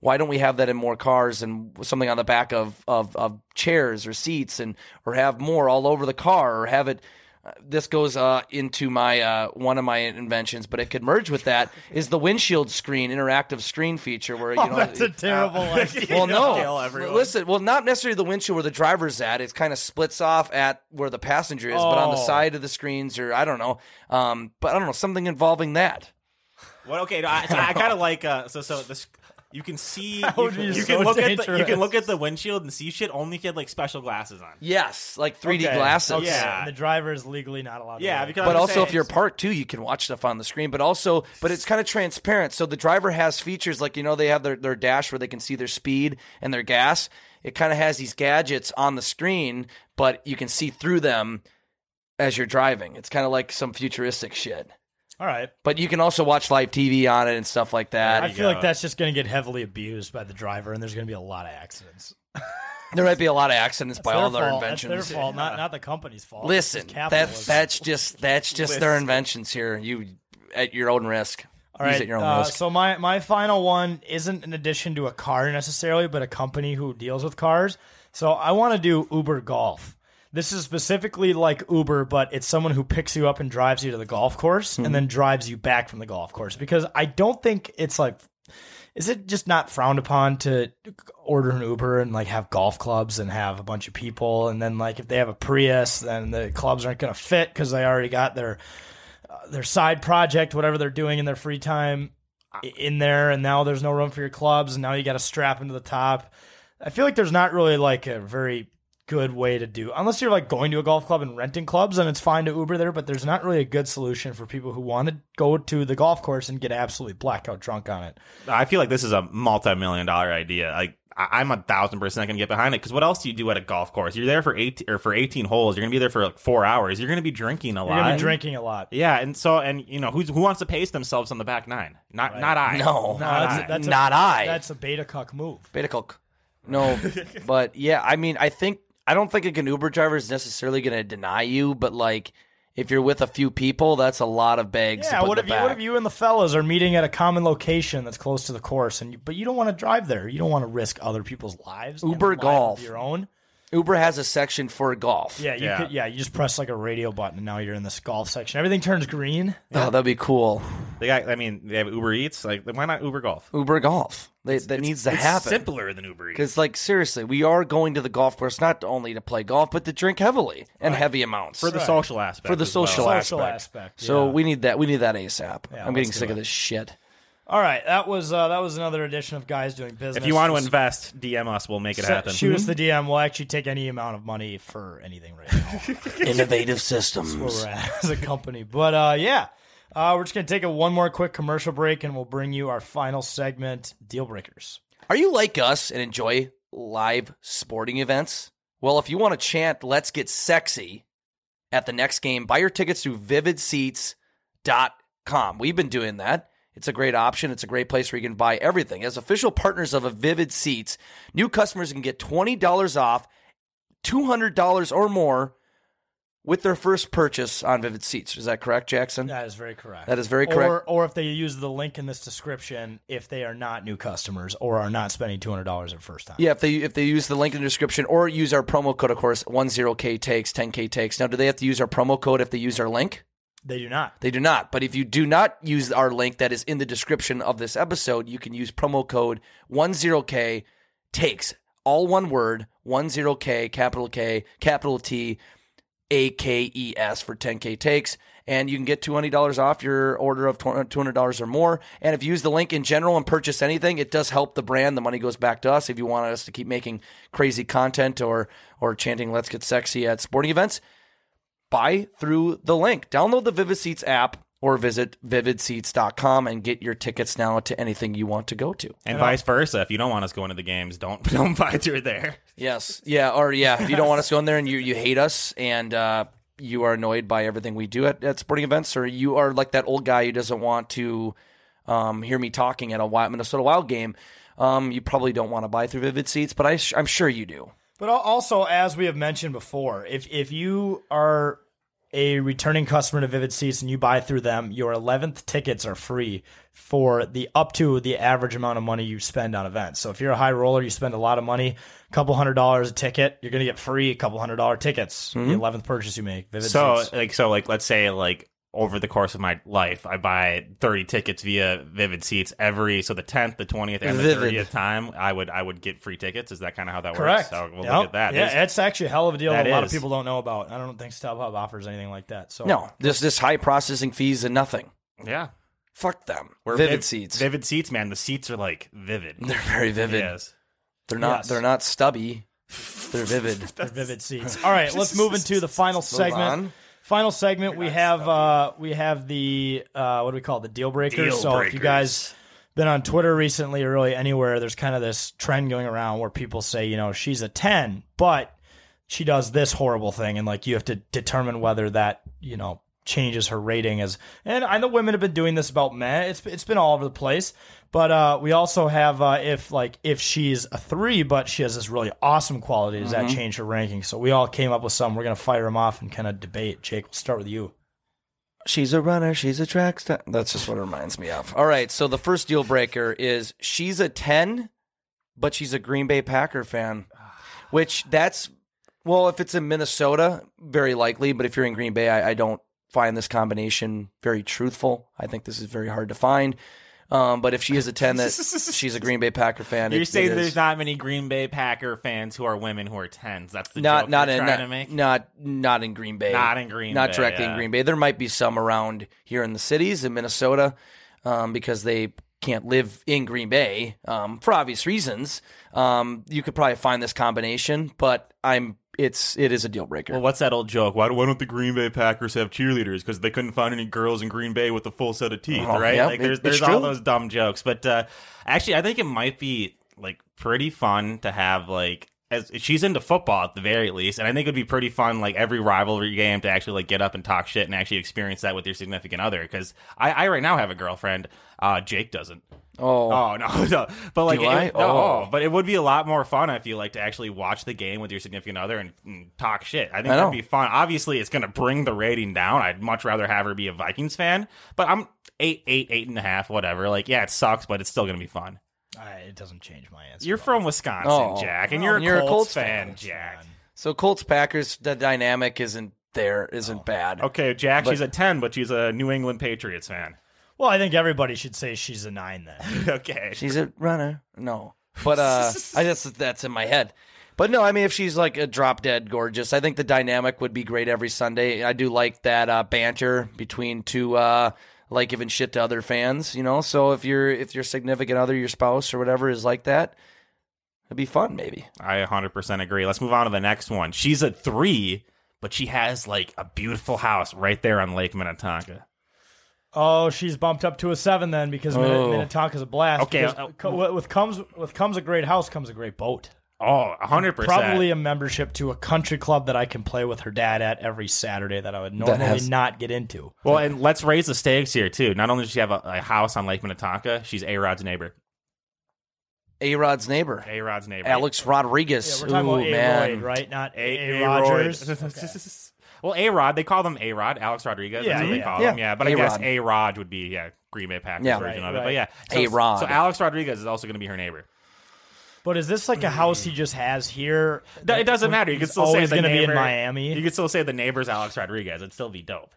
J: Why don't we have that in more cars and something on the back of, of, of chairs or seats and or have more all over the car or have it uh, this goes uh, into my uh, one of my inventions, but it could merge with that is the windshield screen interactive screen feature where you know
A: Oh,
J: uh,
A: that's
B: uh,
A: a terrible idea.
B: Kill
J: well, no.
B: everyone.
J: Listen, well, not necessarily the windshield where the driver's at. It kind of splits off at where the passenger is, but on the
A: Oh.
J: side of the screens, or I don't know. Um, but I don't know something involving that.
B: Well, okay, no, I, so I kind of like uh, so so this. You can see. You
A: would
B: can,
A: be
B: you
A: so
B: can look at the, you
A: dangerous.
B: can look at the windshield and see shit. Only if you had like special glasses on.
J: Yes, like 3D
A: Okay.
J: glasses.
A: Okay.
B: Yeah.
A: And the driver is legally not allowed. to
B: Yeah,
A: drive.
B: because-
J: But
B: I'm
J: also,
B: saying-
J: if you're parked too, you can watch stuff on the screen. But also, but it's kind of transparent. So the driver has features like you know they have their, their dash where they can see their speed and their gas. It kind of has these gadgets on the screen, but you can see through them as you're driving. It's kind of like some futuristic shit.
A: All right.
J: But you can also watch live TV on it and stuff like that.
A: I feel like that's just going to get heavily abused by the driver, and there's going to be a lot of accidents.
J: there might be a lot of accidents by
A: Their
J: all their
A: fault.
J: inventions.
A: That's their fault, not not the company's fault.
J: Listen,
A: It's
J: that
A: capitalism.
J: that's just that's just their
A: Listen.
J: inventions here. You at your own risk.
A: All
J: Use
A: right.
J: at your own
A: uh,
J: risk.
A: so my my final one isn't an addition to a car necessarily, but a company who deals with cars. So I want to do Uber Golf. This is specifically like Uber, but it's someone who picks you up and drives you to the golf course
J: Mhm.
A: and then drives you back from the golf course. Because I don't think it's like, is it just not frowned upon to order an Uber and like have golf clubs and have a bunch of people? And then like if they have a Prius, then the clubs aren't going to fit because they already got their their side project, whatever they're doing in their free time, i- in there. And now there's no room for your clubs, and now you got to strap into the top. I feel like there's not really like a very good way to do, unless you're like going to a golf club and renting clubs, and it's fine to Uber there. But there's not really a good solution for people who want to go to the golf course and get absolutely blackout drunk on it.
B: I feel like this is a multi-million dollar idea. Like I- I'm a thousand percent gonna get behind it because what else do you do at a golf course? You're there for eight or for eighteen holes. You're gonna be there for like four hours. You're gonna be drinking a
A: You're
B: lot.
A: gonna be drinking a lot.
B: Yeah, and so and you know who's who wants to pace themselves on the back nine? Not not I.
J: No.
B: not
J: No,
B: I.
A: That's a- that's a-
J: Not I.
A: That's a beta cuck move.
J: Beta Coke. No, but yeah, I mean, I think I don't think like an Uber driver is necessarily going to deny you, but like if you're with a few people, that's a lot of bags.
A: Yeah,
J: to put
A: what
J: in
A: if
J: the
A: you what
J: back.
A: if you and the fellas are meeting at a common location that's close to the course and you, but you don't want to drive there. You don't want to risk other people's lives. and
J: Uber
A: lives of
J: Golf.
A: Your own.
J: Uber has a section for golf.
A: Yeah, you could yeah, you just press like a radio button and now you're in this golf section. Everything turns green.
J: Oh, that'd be cool.
B: They got. I mean, they have Uber Eats. Like, why not Uber Golf?
J: Uber golf. They, that needs to
B: it's
J: happen.
B: Simpler than Uber Eats.
J: Because, like, seriously, we are going to the golf course not only to play golf, but to drink heavily and heavy amounts
B: For the Right. social aspect
J: For the
B: as well.
J: social,
A: Social
J: aspect.
A: aspect,
J: So
A: yeah.
J: we need that. We need that ASAP.
A: Yeah,
J: I'm getting
A: let's do
J: sick of
A: it.
J: this shit.
A: All right, that was uh, that was another edition of Guys Doing Business.
B: If you want to
A: Just
B: invest, DM us. We'll make it
A: se-
B: happen.
A: Shoot us the DM. We'll actually take any amount of money for anything right now.
J: Innovative
A: That's where
J: systems.
A: we're at as a company. But uh, yeah, uh, we're just gonna take a one more quick commercial break and we'll bring you our final segment, Deal Breakers.
J: Are you like us and enjoy live sporting events? Well, if you want to chant "Let's get sexy" at the next game, buy your tickets through VividSeats.com. We've been doing that. It's a great option. It's a great place where you can buy everything. As official partners of a Vivid Seats, new customers can get twenty dollars off, two hundred dollars or more with their first purchase on Vivid Seats. Is that correct, Jackson?
A: That is very correct.
J: That is very correct.
A: Or, or if they use the link in this description, if they are not new customers or are not spending two hundred dollars at first time.
J: Yeah, if they if they use the link in the description or use our promo code, of course, one zero K takes, ten K takes. Now, do they have to use our promo code if they use our link?
A: They do not.
J: They do not. But if you do not use our link that is in the description of this episode, you can use promo code one zero K takes, all one word, one zero K, capital K, capital T, A K E S for ten K takes. And you can get $200 off your order of $200 or more. And if you use the link in general and purchase anything, it does help the brand. The money goes back to us. If you want us to keep making crazy content or, or chanting, let's get sexy at sporting events, buy through the link. Download the Vivid Seats app or visit vividseats.com and get your tickets now to anything you want to go to.
B: and vice versa. If you don't want us going to the games, don't don't buy through there.
J: Yes. Yeah. Or yeah, if you don't want us going there and you, you hate us and uh, you are annoyed by everything we do at, at sporting events, or you are like that old guy who doesn't want to um, hear me talking at a Wild, Minnesota Wild game, um, you probably don't want to buy through Vivid Seats, but I sh- I'm sure you do.
A: But al- also, as we have mentioned before, if if you are a returning customer to Vivid Seats and you buy through them, your eleventh tickets are free for the up to the average amount of money you spend on events. So if you're a high roller, you spend a lot of money, a couple hundred dollars a ticket, you're gonna get free a couple hundred dollar tickets.
B: Mhm.
J: Mm-hmm.
A: The eleventh purchase you make, Vivid
B: so
A: Seats.
B: like so like let's say like over the course of my life I buy 30 tickets via Vivid Seats every so the 10th, the 20th and
A: Vivid.
B: the 30th time I would I would get free tickets is that kind of how that
A: Correct.
B: works? So we'll
A: Yep.
B: look at that.
A: Yeah,
B: It's-
A: it's actually a hell of a deal that, a
B: That
A: lot of
B: is.
A: people don't know about. I don't think StubHub offers anything like that.
B: Oh.
A: So
J: No, this this high processing fees and nothing.
B: yeah.
J: Fuck them.
B: We're
J: Vivid
B: Viv-
J: Seats.
B: Vivid Seats, man. The seats are like vivid.
J: They're very vivid.
B: Yes.
J: They're not
A: Yes.
J: they're not stubby. They're vivid.
A: They're vivid seats. All right, let's move into the final
J: Move
A: segment.
J: on.
A: Final segment. We have uh, we have the uh, what do we call it? the deal breakers.
B: Deal
A: so if you
B: breakers.
A: guys been on Twitter recently or really anywhere, there's kind of this trend going around where people say, you know, she's a ten, but she does this horrible thing, and like you have to determine whether that you know changes her rating as and I know women have been doing this about men. It's it's been all over the place. But uh, we also have uh, if like if she's a three, but she has this really awesome quality, does
J: Mhm.
A: that change her ranking? So we all came up with some. We're gonna fire them off and kind of debate. Jake, we'll start with you.
J: She's a runner. She's a track star. That's just what it reminds me of. All right. So the first deal breaker is she's a 10, but she's a Green Bay Packer fan, which that's, well, if it's in Minnesota, very likely. But if you're in Green Bay, I, I don't find this combination very truthful. I think this is very hard to find. Um, but if she is a 10, that she's a Green Bay Packer fan.
B: You're
J: it- it
B: saying
J: is.
B: there's not many Green Bay Packer fans who are women who are tens. That's the
J: not
B: joke
J: not
B: you're
J: in
B: trying
J: not,
B: to make.
J: not not in Green Bay.
B: Not in Green
J: Not
B: Bay,
J: directly in
B: yeah.
J: Green Bay. There might be some around here in the cities in Minnesota, um, because they can't live in Green Bay um, for obvious reasons. Um, you could probably find this combination, but I'm it's it is a deal breaker.
B: Well, what's that old joke? Why, do- why don't the Green Bay Packers have cheerleaders? Because they couldn't find any girls in Green Bay with a full set of teeth,
J: Oh,
B: right?
J: yeah,
B: like
J: it-
B: there's
J: it's
B: there's all
J: true.
B: those dumb jokes, but uh, actually, I think it might be like pretty fun to have like as she's into football at the very least, and I think it'd be pretty fun like every rivalry game to actually like get up and talk shit and actually experience that with your significant other. Because I, I right now have a girlfriend, uh, Jake doesn't.
J: Oh,
B: Oh no, no. but like
J: Do
B: it,
J: I?
B: no,
J: Oh.
B: but it would be a lot more fun. I feel like to actually watch the game with your significant other and, and talk shit. I think
J: I know.
B: that'd be fun. Obviously, it's gonna bring the rating down. I'd much rather have her be a Vikings fan, but I'm eight, eight, eight and a half, whatever. Like, yeah, it sucks, but it's still gonna be fun.
A: I, it doesn't change my answer.
B: You're from Wisconsin,
J: Oh.
B: Jack, and
J: Oh,
B: you're a,
J: you're a
B: Colts,
J: Colts
B: fan,
J: fan.
B: Jack.
J: so Colts Packers the dynamic isn't there isn't bad.
B: Oh. Okay, Jack,
J: But-
B: she's a ten, but she's a New England Patriots fan.
A: Well, I think everybody should say she's a nine then.
B: okay,
J: She's a runner. No, but uh, I just that's in my head. But no, I mean, if she's like a drop dead gorgeous, I think the dynamic would be great every Sunday. I do like that uh, banter between two, uh, like giving shit to other fans, you know. So if your if your significant other, your spouse or whatever is like that, it'd be fun, maybe.
B: I 100% agree. Let's move on to the next one. She's a three, but she has like a beautiful house right there on Lake Minnetonka.
A: Oh, she's bumped up to a seven then because Min-
B: Oh.
A: Minnetonka's a blast.
B: Okay,
A: Because
B: uh,
A: co- with- with comes with comes a great house comes a great boat.
B: Oh, 100%.
A: Probably a membership to a country club that I can play with her dad at every Saturday that I would normally
B: has-
A: not get into.
B: Well, and let's raise the stakes here, too. Not only does she have a, a house on Lake Minnetonka, she's A Rod's neighbor.
J: A Rod's neighbor,
B: A Rod's neighbor.
J: Alex Rodriguez.
A: We're talking
J: Ooh,
A: about
J: man.
A: A-Royd, right? Not A.
B: A- A-Royd.
A: Rogers.
B: Well, A Rod, they call them A Rod, Alex Rodriguez.
A: Yeah,
B: that's what they
A: yeah.
B: call
A: Yeah.
B: him. Yeah, but I
A: A-Rod.
B: guess A Rod would be, yeah, Green Bay Packers
J: Yeah.
B: version
J: Right,
B: of it. But
J: right.
B: yeah, so-
J: A-Rod.
B: So Alex Rodriguez is also going to be her neighbor.
A: But is this like a house he just has here?
B: That- it doesn't matter. You can
A: He's
B: still say
A: always
B: the
A: gonna
B: neighbor.
A: be in Miami.
B: You can still say the neighbor's Alex Rodriguez. It'd still be dope.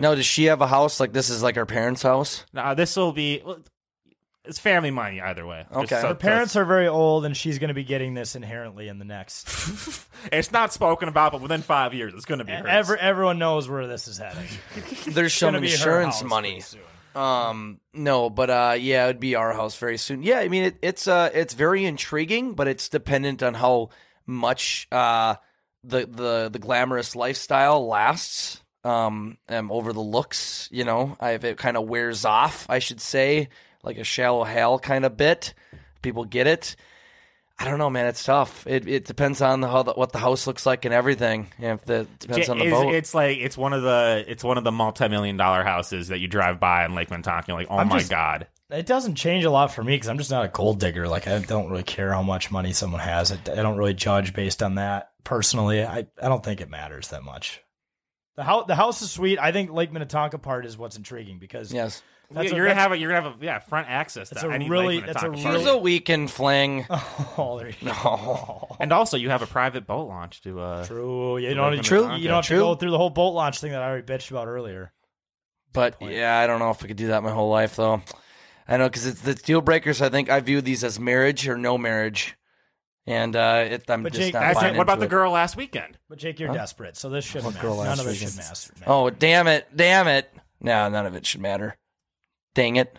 J: Now, does she have a house like this? Is like her parents' house?
B: Nah, this will be. well, It's family money either way. Just
J: Okay.
B: so-
A: Her parents are very old, and she's going to be getting this inherently in the next.
B: It's not spoken about, but within five years, it's
A: E-,
B: going to be. hers.
A: Every, everyone knows where this is heading.
J: There's
A: It's
J: some
A: gonna be her
J: insurance
A: house
J: money. Um, no, but uh, yeah, it'd be our house very soon. Yeah, I mean it, it's uh, it's very intriguing, but it's dependent on how much uh, the the the glamorous lifestyle lasts. Um, um, over the looks, you know, I, if it kind of wears off, I should say, like a shallow hell kind of bit. People get it. I don't know, man. It's tough. It it depends on the, how the, what the house looks like and everything. Yeah, if the depends
B: Ja-
J: on the
B: it's,
J: boat.
B: it's like it's one of the it's one of the multi-million dollar houses that you drive by in Lake Minnetonka. You're like, oh
A: I'm
B: my
A: just-
B: god,
A: It doesn't change a lot for me because I'm just not a gold digger. Like I don't really care how much money someone has. I, I don't really judge based on that personally. I, I don't think it matters that much. The house the house is sweet. I think Lake Minnetonka part is what's intriguing because
J: yes,
A: that's
B: you're
A: a,
B: gonna have a you're gonna have a yeah front access.
A: That's
B: to
A: a
B: any
A: really-
B: Lake
A: that's a
B: Minnetonka
J: She's
B: party.
J: a weekend fling.
A: Oh, there you go. Oh,
J: No.
B: and also you have a private boat launch to uh
A: True.
B: to
A: You don't
B: Lake
A: true.
B: Minnetonka.
A: You don't have to go through the whole boat launch thing that I already bitched about earlier.
J: But yeah, I don't know if I could do that my whole life though. I know because it's the deal breakers. I think I view these as marriage or no marriage, and uh, it, I'm
A: But
J: just
A: Jake,
J: not.
A: that's
J: Buying
B: What about the
J: into it.
B: girl last weekend?
A: But Jake, you're
J: Huh?
A: desperate, so this shouldn't
J: What
A: matter.
J: girl
A: None
J: last
A: of it should
J: weekend?
A: matter.
J: Oh damn it! Damn it! No, none of it should matter. Dang it!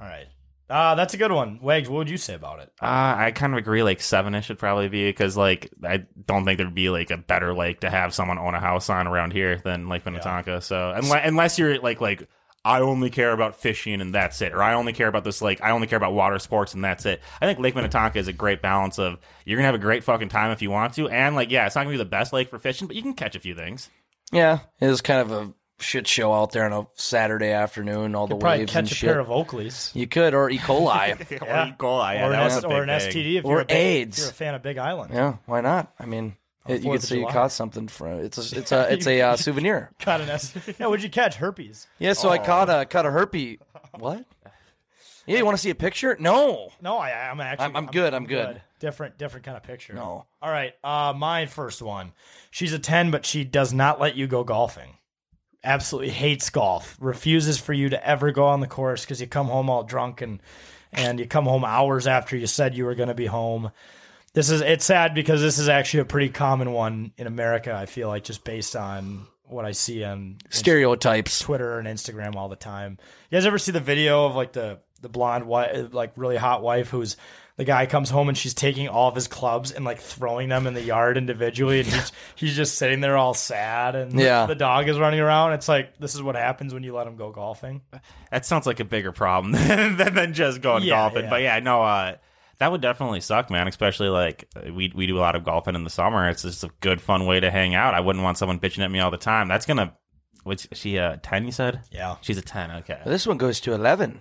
A: All right. Uh, that's a good one. Wags, what would you say about it?
B: Uh, I kind of agree. Like seven ish would probably be because like I don't think there'd be like a better lake to have someone own a house on around here than Lake Minnetonka. So unless, unless you're like like I only care about fishing and that's it, or I only care about this lake, I only care about water sports and that's it. I think Lake Minnetonka is a great balance of you're gonna have a great fucking time if you want to, and like yeah, it's not gonna be the best lake for fishing, but you can catch a few things.
J: Yeah, it was kind of a shit show out there on a Saturday afternoon. All
A: Could
J: the
A: probably
J: waves and
A: catch a
J: shit.
A: pair of Oakleys.
J: you could, or E. coli.
A: Yeah.
B: E. coli. Yeah,
A: or,
B: that
A: an,
B: was
A: S-
B: a
A: or
B: big
A: an
B: thing.
A: STD if
J: Or
A: you're a big,
J: AIDS.
A: If you're a fan of Big Island.
J: yeah, why not? I mean, it, you
A: Fourth
J: could
A: of
J: say you
A: July.
J: caught something from it. It's a, it's a it's a uh, souvenir.
A: Caught an S. yeah, would you catch herpes?
J: Yeah, so I caught a caught a herpy. What? Yeah, you want to see a picture? No.
A: No, I, I'm actually.
J: I'm- I'm good, I'm good.
A: Different, different kind of picture.
J: No.
A: All right. Uh, my first one. She's a ten, but she does not let you go golfing. Absolutely hates golf. Refuses for you to ever go on the course because you come home all drunk and and you come home hours after you said you were going to be home. This is it's sad because this is actually a pretty common one in America. I feel like just based on what I see on
J: Stereotypes.
A: Twitter and Instagram all the time. You guys ever see the video of like the the blonde wife, like really hot wife, who's the guy comes home and she's taking all of his clubs and like throwing them in the yard individually, and he's he's just sitting there all sad, and
J: Yeah.
A: the dog is running around. It's like this is what happens when you let him go golfing.
B: That sounds like a bigger problem than, than just going
A: Yeah,
B: golfing.
A: yeah.
B: But yeah, no, uh, that would definitely suck, man. Especially like uh, we we do a lot of golfing in the summer. It's just a good, fun way to hang out. I wouldn't want someone bitching at me all the time. That's gonna. What's she a ten? You said
A: Yeah.
B: she's a ten. Okay.
J: This one goes to eleven.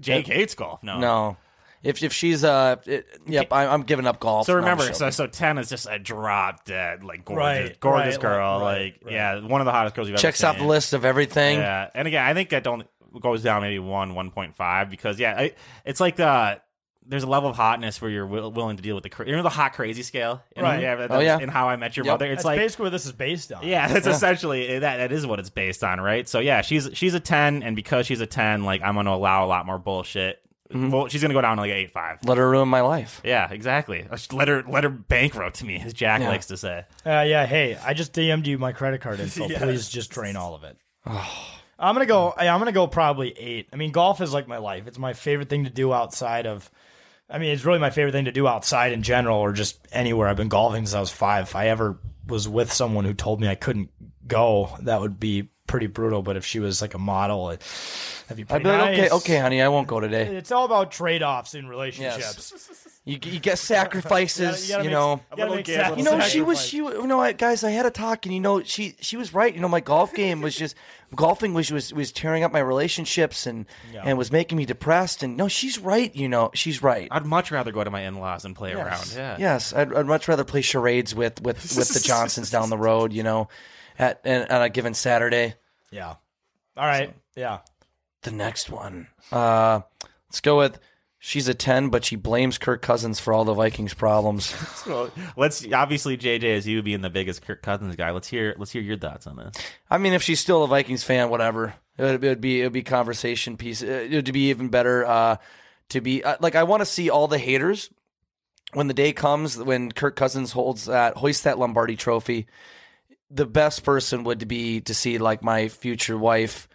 B: Jake hates golf. No.
J: No. If if she's uh, it, yep, I, I'm giving up golf.
B: So
J: No, I'm
B: remember,
J: joking.
B: so so ten is just a drop dead, like gorgeous,
A: Right,
B: gorgeous
A: right,
B: girl,
A: right,
B: like
A: right.
B: yeah, one of the hottest girls you've
J: checks
B: ever
J: off
B: seen.
J: the list of everything.
B: Yeah, and again, I think that don't goes down maybe one one point five because yeah, I, it's like the there's a level of hotness where you're will, willing to deal with the cra- you know the hot crazy scale, You know,
A: Right.
B: Yeah, that-
J: Oh, yeah.
B: In how I met your
J: Yep.
B: mother, it's
A: That's
B: like
A: basically what this is based on.
B: yeah, that's essentially eh, that. That is what it's based on, right? So yeah, she's she's a ten, and because she's a ten, like I'm gonna allow a lot more bullshit. Well, she's gonna go down to like eight five.
J: Let her ruin my life.
B: Yeah, exactly. Uh, Let her let her bankrupt me, as Jack
J: Yeah.
B: likes to say.
A: Uh, yeah, hey, I just DM'd you my credit card info. Please just drain all of it. I'm gonna go. I- I'm gonna go probably eight. I mean, golf is like my life. It's my favorite thing to do outside of. I mean, it's really my favorite thing to do outside in general, or just anywhere. I've been golfing since I was five. If I ever was with someone who told me I couldn't go, that would be pretty brutal. But if she was like a model, it- that'd be
J: I'd
A: pretty
J: be like,
A: nice.
J: okay, okay, honey, I won't go today.
A: It's all about trade offs in relationships.
J: You, you get sacrifices,
A: You gotta-
J: you,
A: you gotta make-
J: know.
A: you gotta
B: little
A: make
B: gig, a little
J: You know, she was she. wa- You know, I- guys, I had a talk, and you know, she she was right. You know, my golf game was just golfing was was was tearing up my relationships and and was making me depressed. And no, she's right. You know, she's right.
B: I'd much rather go to my in laws and play around. Yeah.
J: Yes, I'd, I'd much rather play charades with with with the Johnsons down the road. You know, at and, on a given Saturday.
A: Yeah. All right. Yeah.
J: The next one. Uh, let's go with. She's a ten, but she blames Kirk Cousins for all the Vikings problems.
B: Well, let's obviously JJ as you being the biggest Kirk Cousins guy. Let's hear let's hear your thoughts on this.
J: I mean, if she's still a Vikings fan, whatever. It would, it would be it would be conversation piece. It would be even better uh, to be uh, like I want to see all the haters when the day comes when Kirk Cousins holds that hoists that Lombardi trophy. The best person would be to see like my future wife,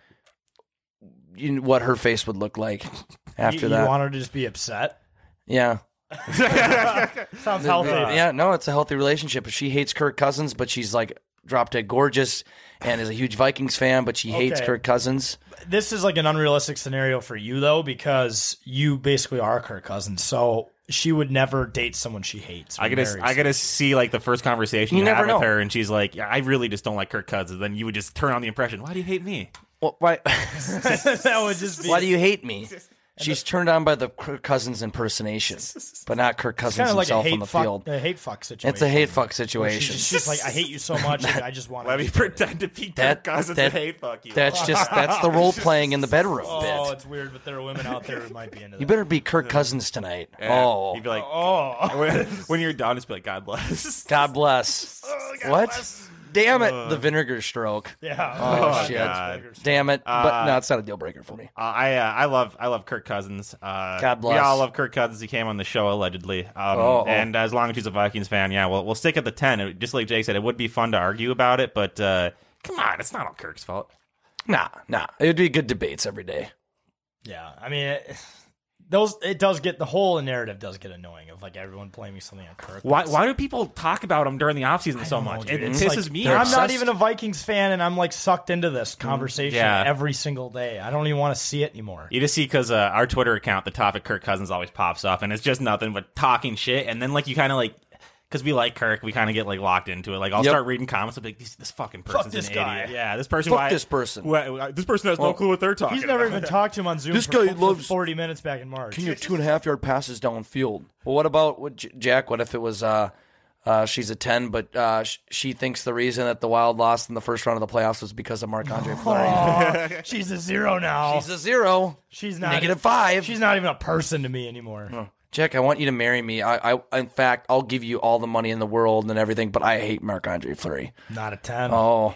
J: you know, what her face would look like
A: You,
J: after
A: you
J: that.
A: want her to just be upset?
J: yeah,
A: Sounds healthy.
J: yeah. No, it's a healthy relationship. She hates Kirk Cousins, but she's like drop dead gorgeous and is a huge Vikings fan, but she hates
A: Okay.
J: Kirk Cousins.
A: This is like an unrealistic scenario for you though, because you basically are Kirk Cousins. So she would never date someone she hates. or
B: I gotta
A: marries.
B: I gotta see like the first conversation
J: You
B: you, have
J: never
B: with
J: know.
B: her, and she's like, yeah, I really just don't like Kirk Cousins. Then you would just turn on the impression, why do you hate me?
J: Well, why?
A: that would just be
J: Why do you hate me? She's turned on by the Kirk Cousins impersonation, but not Kirk
A: kind
J: Cousins
A: of like a
J: himself
A: hate
J: on the
A: fuck,
J: field.
A: a hate fuck situation.
J: It's a hate fuck
A: Where she
J: situation.
A: just- she's like, I hate you so much. and I just want.
B: Let
A: to
B: me pretend to be Kirk
J: That-
B: Cousins
J: that-
B: and hate fuck you.
J: That's just that's the role playing in the bedroom
A: Oh,
J: bit.
A: it's weird, but there are women out there who might be into
J: You
A: that.
J: better be Kirk Cousins tonight.
B: Yeah.
J: Oh,
B: You'd be like,
A: Oh,
B: when, when you're done, just be like, God bless.
J: God bless. what? Damn it! the vinegar stroke.
A: yeah.
J: Oh, shit.
B: God.
J: Damn it! but no, it's not a deal breaker for me.
B: Uh, I uh, I love I love Kirk Cousins. Uh,
J: God bless.
B: We all love Kirk Cousins. He came on the show allegedly, um,
J: Oh.
B: and as long as he's a Vikings fan, yeah, we'll we'll stick at the ten. It- just like Jake said, it would be fun to argue about it, but uh, come on, it's not all Kirk's fault.
J: Nah, nah. It would be good debates every day.
A: Yeah, I mean, it, those it does get the whole narrative does get annoying of like everyone blaming something on Kirk.
B: Why why do people talk about him during the offseason so
J: Oh,
B: much? it, it
A: It's
B: pisses
A: like,
B: me
A: I'm
B: off.
A: not even a Vikings fan, and I'm like sucked into
J: Mm,
A: this conversation
B: Yeah.
A: every single day. I don't even want to see it anymore.
B: You just see because uh, our Twitter account, the topic Kirk Cousins always pops up, and it's just nothing but talking shit. And then like you kind of like because we like Kirk, we kind of get like locked into it. Like I'll
J: Yep.
B: start reading comments, I'll be like, this, this fucking
J: Fuck
B: person's
J: this
B: an
J: guy.
B: idiot. Yeah, this person.
J: Fuck
B: why-
J: this person.
B: why- this person has
J: Well,
B: no clue what they're talking.
A: He's never
B: about.
A: even talked to him on Zoom.
J: This
A: for
J: guy
A: for
J: loves-
A: forty minutes back in March.
J: Can you two and a half yard passes downfield? Well, what about what, J- Jack? What if it was uh, uh, she's a ten, but uh, sh- she thinks the reason that the Wild lost in the first round of the playoffs was because of Marc Andre Fleury.
A: Aw, she's a zero now.
J: She's a zero.
A: She's not e-
J: Negative five. Oh.
A: She's not even a person to me anymore.
J: Jack, I want you to marry me. I, I, in fact, I'll give you all the money in the world and everything, but I hate Marc Andre Fleury.
A: Not a ten.
J: Oh,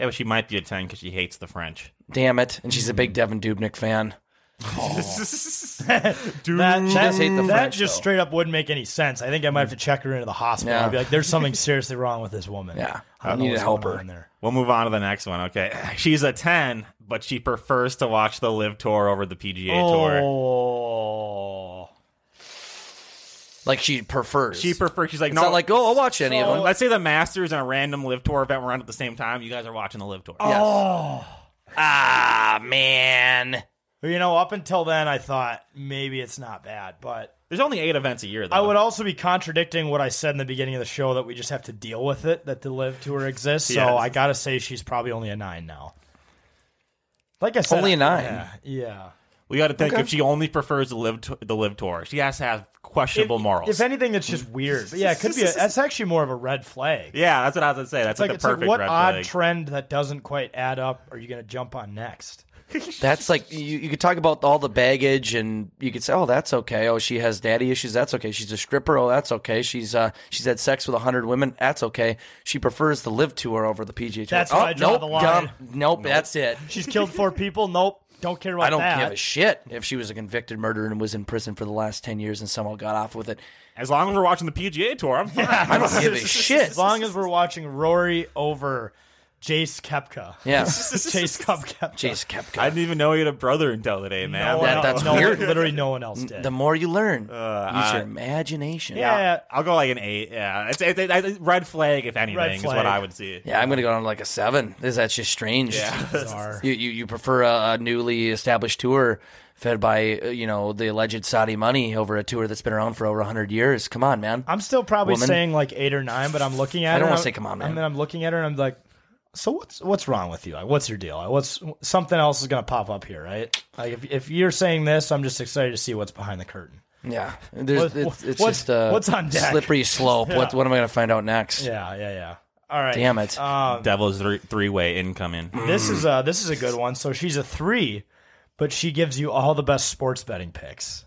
B: Yeah, but she might be a ten because she hates the French.
J: damn it! And she's a big Devin Dubnik fan.
B: Dude,
A: That, that,
J: does hate the
A: that
J: French,
A: just
J: though.
A: straight up wouldn't make any sense. I think I might have to check her into the hospital.
J: Yeah.
A: I'd be like, "There's something seriously wrong with this woman."
J: Yeah.
A: I don't
J: I need
A: know what's
J: to help
A: going
J: her.
A: on there.
B: We'll move on to the next one. Okay, she's a ten, but she prefers to watch the Live Tour over the PGA Tour.
A: Oh,
J: Like she prefers.
B: She prefers. She's like,
J: It's
B: no,
J: not like oh, I'll watch any of
B: Well,
J: them.
B: let's say the Masters and a random Live Tour event were on at the same time. You guys are watching the Live Tour.
J: Yes.
A: oh.
J: Ah man.
A: You know, up until then, I thought maybe it's not bad, but
B: There's only eight events a year, though.
A: I would also be contradicting what I said in the beginning of the show that we just have to deal with it, that the live tour exists.
B: Yes.
A: So I gotta say she's probably only a nine now. Like I said,
J: Only a nine?
A: Yeah, yeah.
B: We got to think if she only prefers the Live to- the Live Tour, she has to have questionable
A: if,
B: morals.
A: If anything, it's just weird. But yeah, it could be. A, that's actually more of a red flag.
B: yeah, that's what I was gonna say. That's
A: it's like,
B: like,
A: it's
B: the
A: like,
B: perfect
A: what
B: red
A: odd
B: flag.
A: trend that doesn't quite add up are you gonna jump on next?
J: That's like you, you could talk about all the baggage, and you could say, "Oh, that's okay. Oh, she has daddy issues. That's okay. She's a stripper. Oh, that's okay. She's uh, she's had sex with a hundred women. That's okay. She prefers the live tour over the PGA tour.
A: That's
J: oh,
A: where I draw
J: nope,
A: the line.
J: dumb. Nope, that's it.
A: She's killed four people. Nope. Don't care about
J: I don't
A: that.
J: give a shit if she was a convicted murderer and was in prison for the last ten years and somehow got off with it.
B: as long as we're watching the PGA Tour, I'm fine.
J: I don't give a shit.
A: As long as we're watching Rory over Jace Kepka.
J: yeah,
A: Chase Cup Kepka.
J: Jace Kepka.
B: I didn't even know he had a brother until today, man.
A: Oh, No one
J: That-
A: else-
J: that's
A: no one-
J: weird.
A: Literally, no one else did.
J: the more you learn, use your imagination.
A: yeah, yeah.
B: I'll go like an eight. Yeah, it's, it's, it's, it's red flag if anything
A: Red
B: is
A: flag.
B: what I would see.
J: Yeah, I'm gonna go on like a seven. Is that just strange?
A: Bizarre.
J: You, you you prefer a, a newly established tour fed by uh, you know the alleged Saudi money over a tour that's been around for over hundred years? Come on, man.
A: I'm still probably
J: Woman.
A: saying like eight or nine, but I'm looking at
J: I
A: her.
J: don't
A: and
J: wanna
A: I'm-
J: say come on, man.
A: And then I'm looking at her and I'm like, so what's what's wrong with you? Like, what's your deal? Like, what's something else is gonna pop up here, right? Like, if, if you're saying this, I'm just excited to see what's behind the curtain.
J: yeah, there's
A: What-
J: it's, it's
A: what's-
J: just a
A: what's on deck?
J: slippery slope. What what am I gonna find out next?
A: Yeah, yeah, yeah. All right.
J: Damn it.
A: Um,
B: Devil's three, three way income in.
A: this is a this is a good one. So she's a three, but she gives you all the best sports betting picks.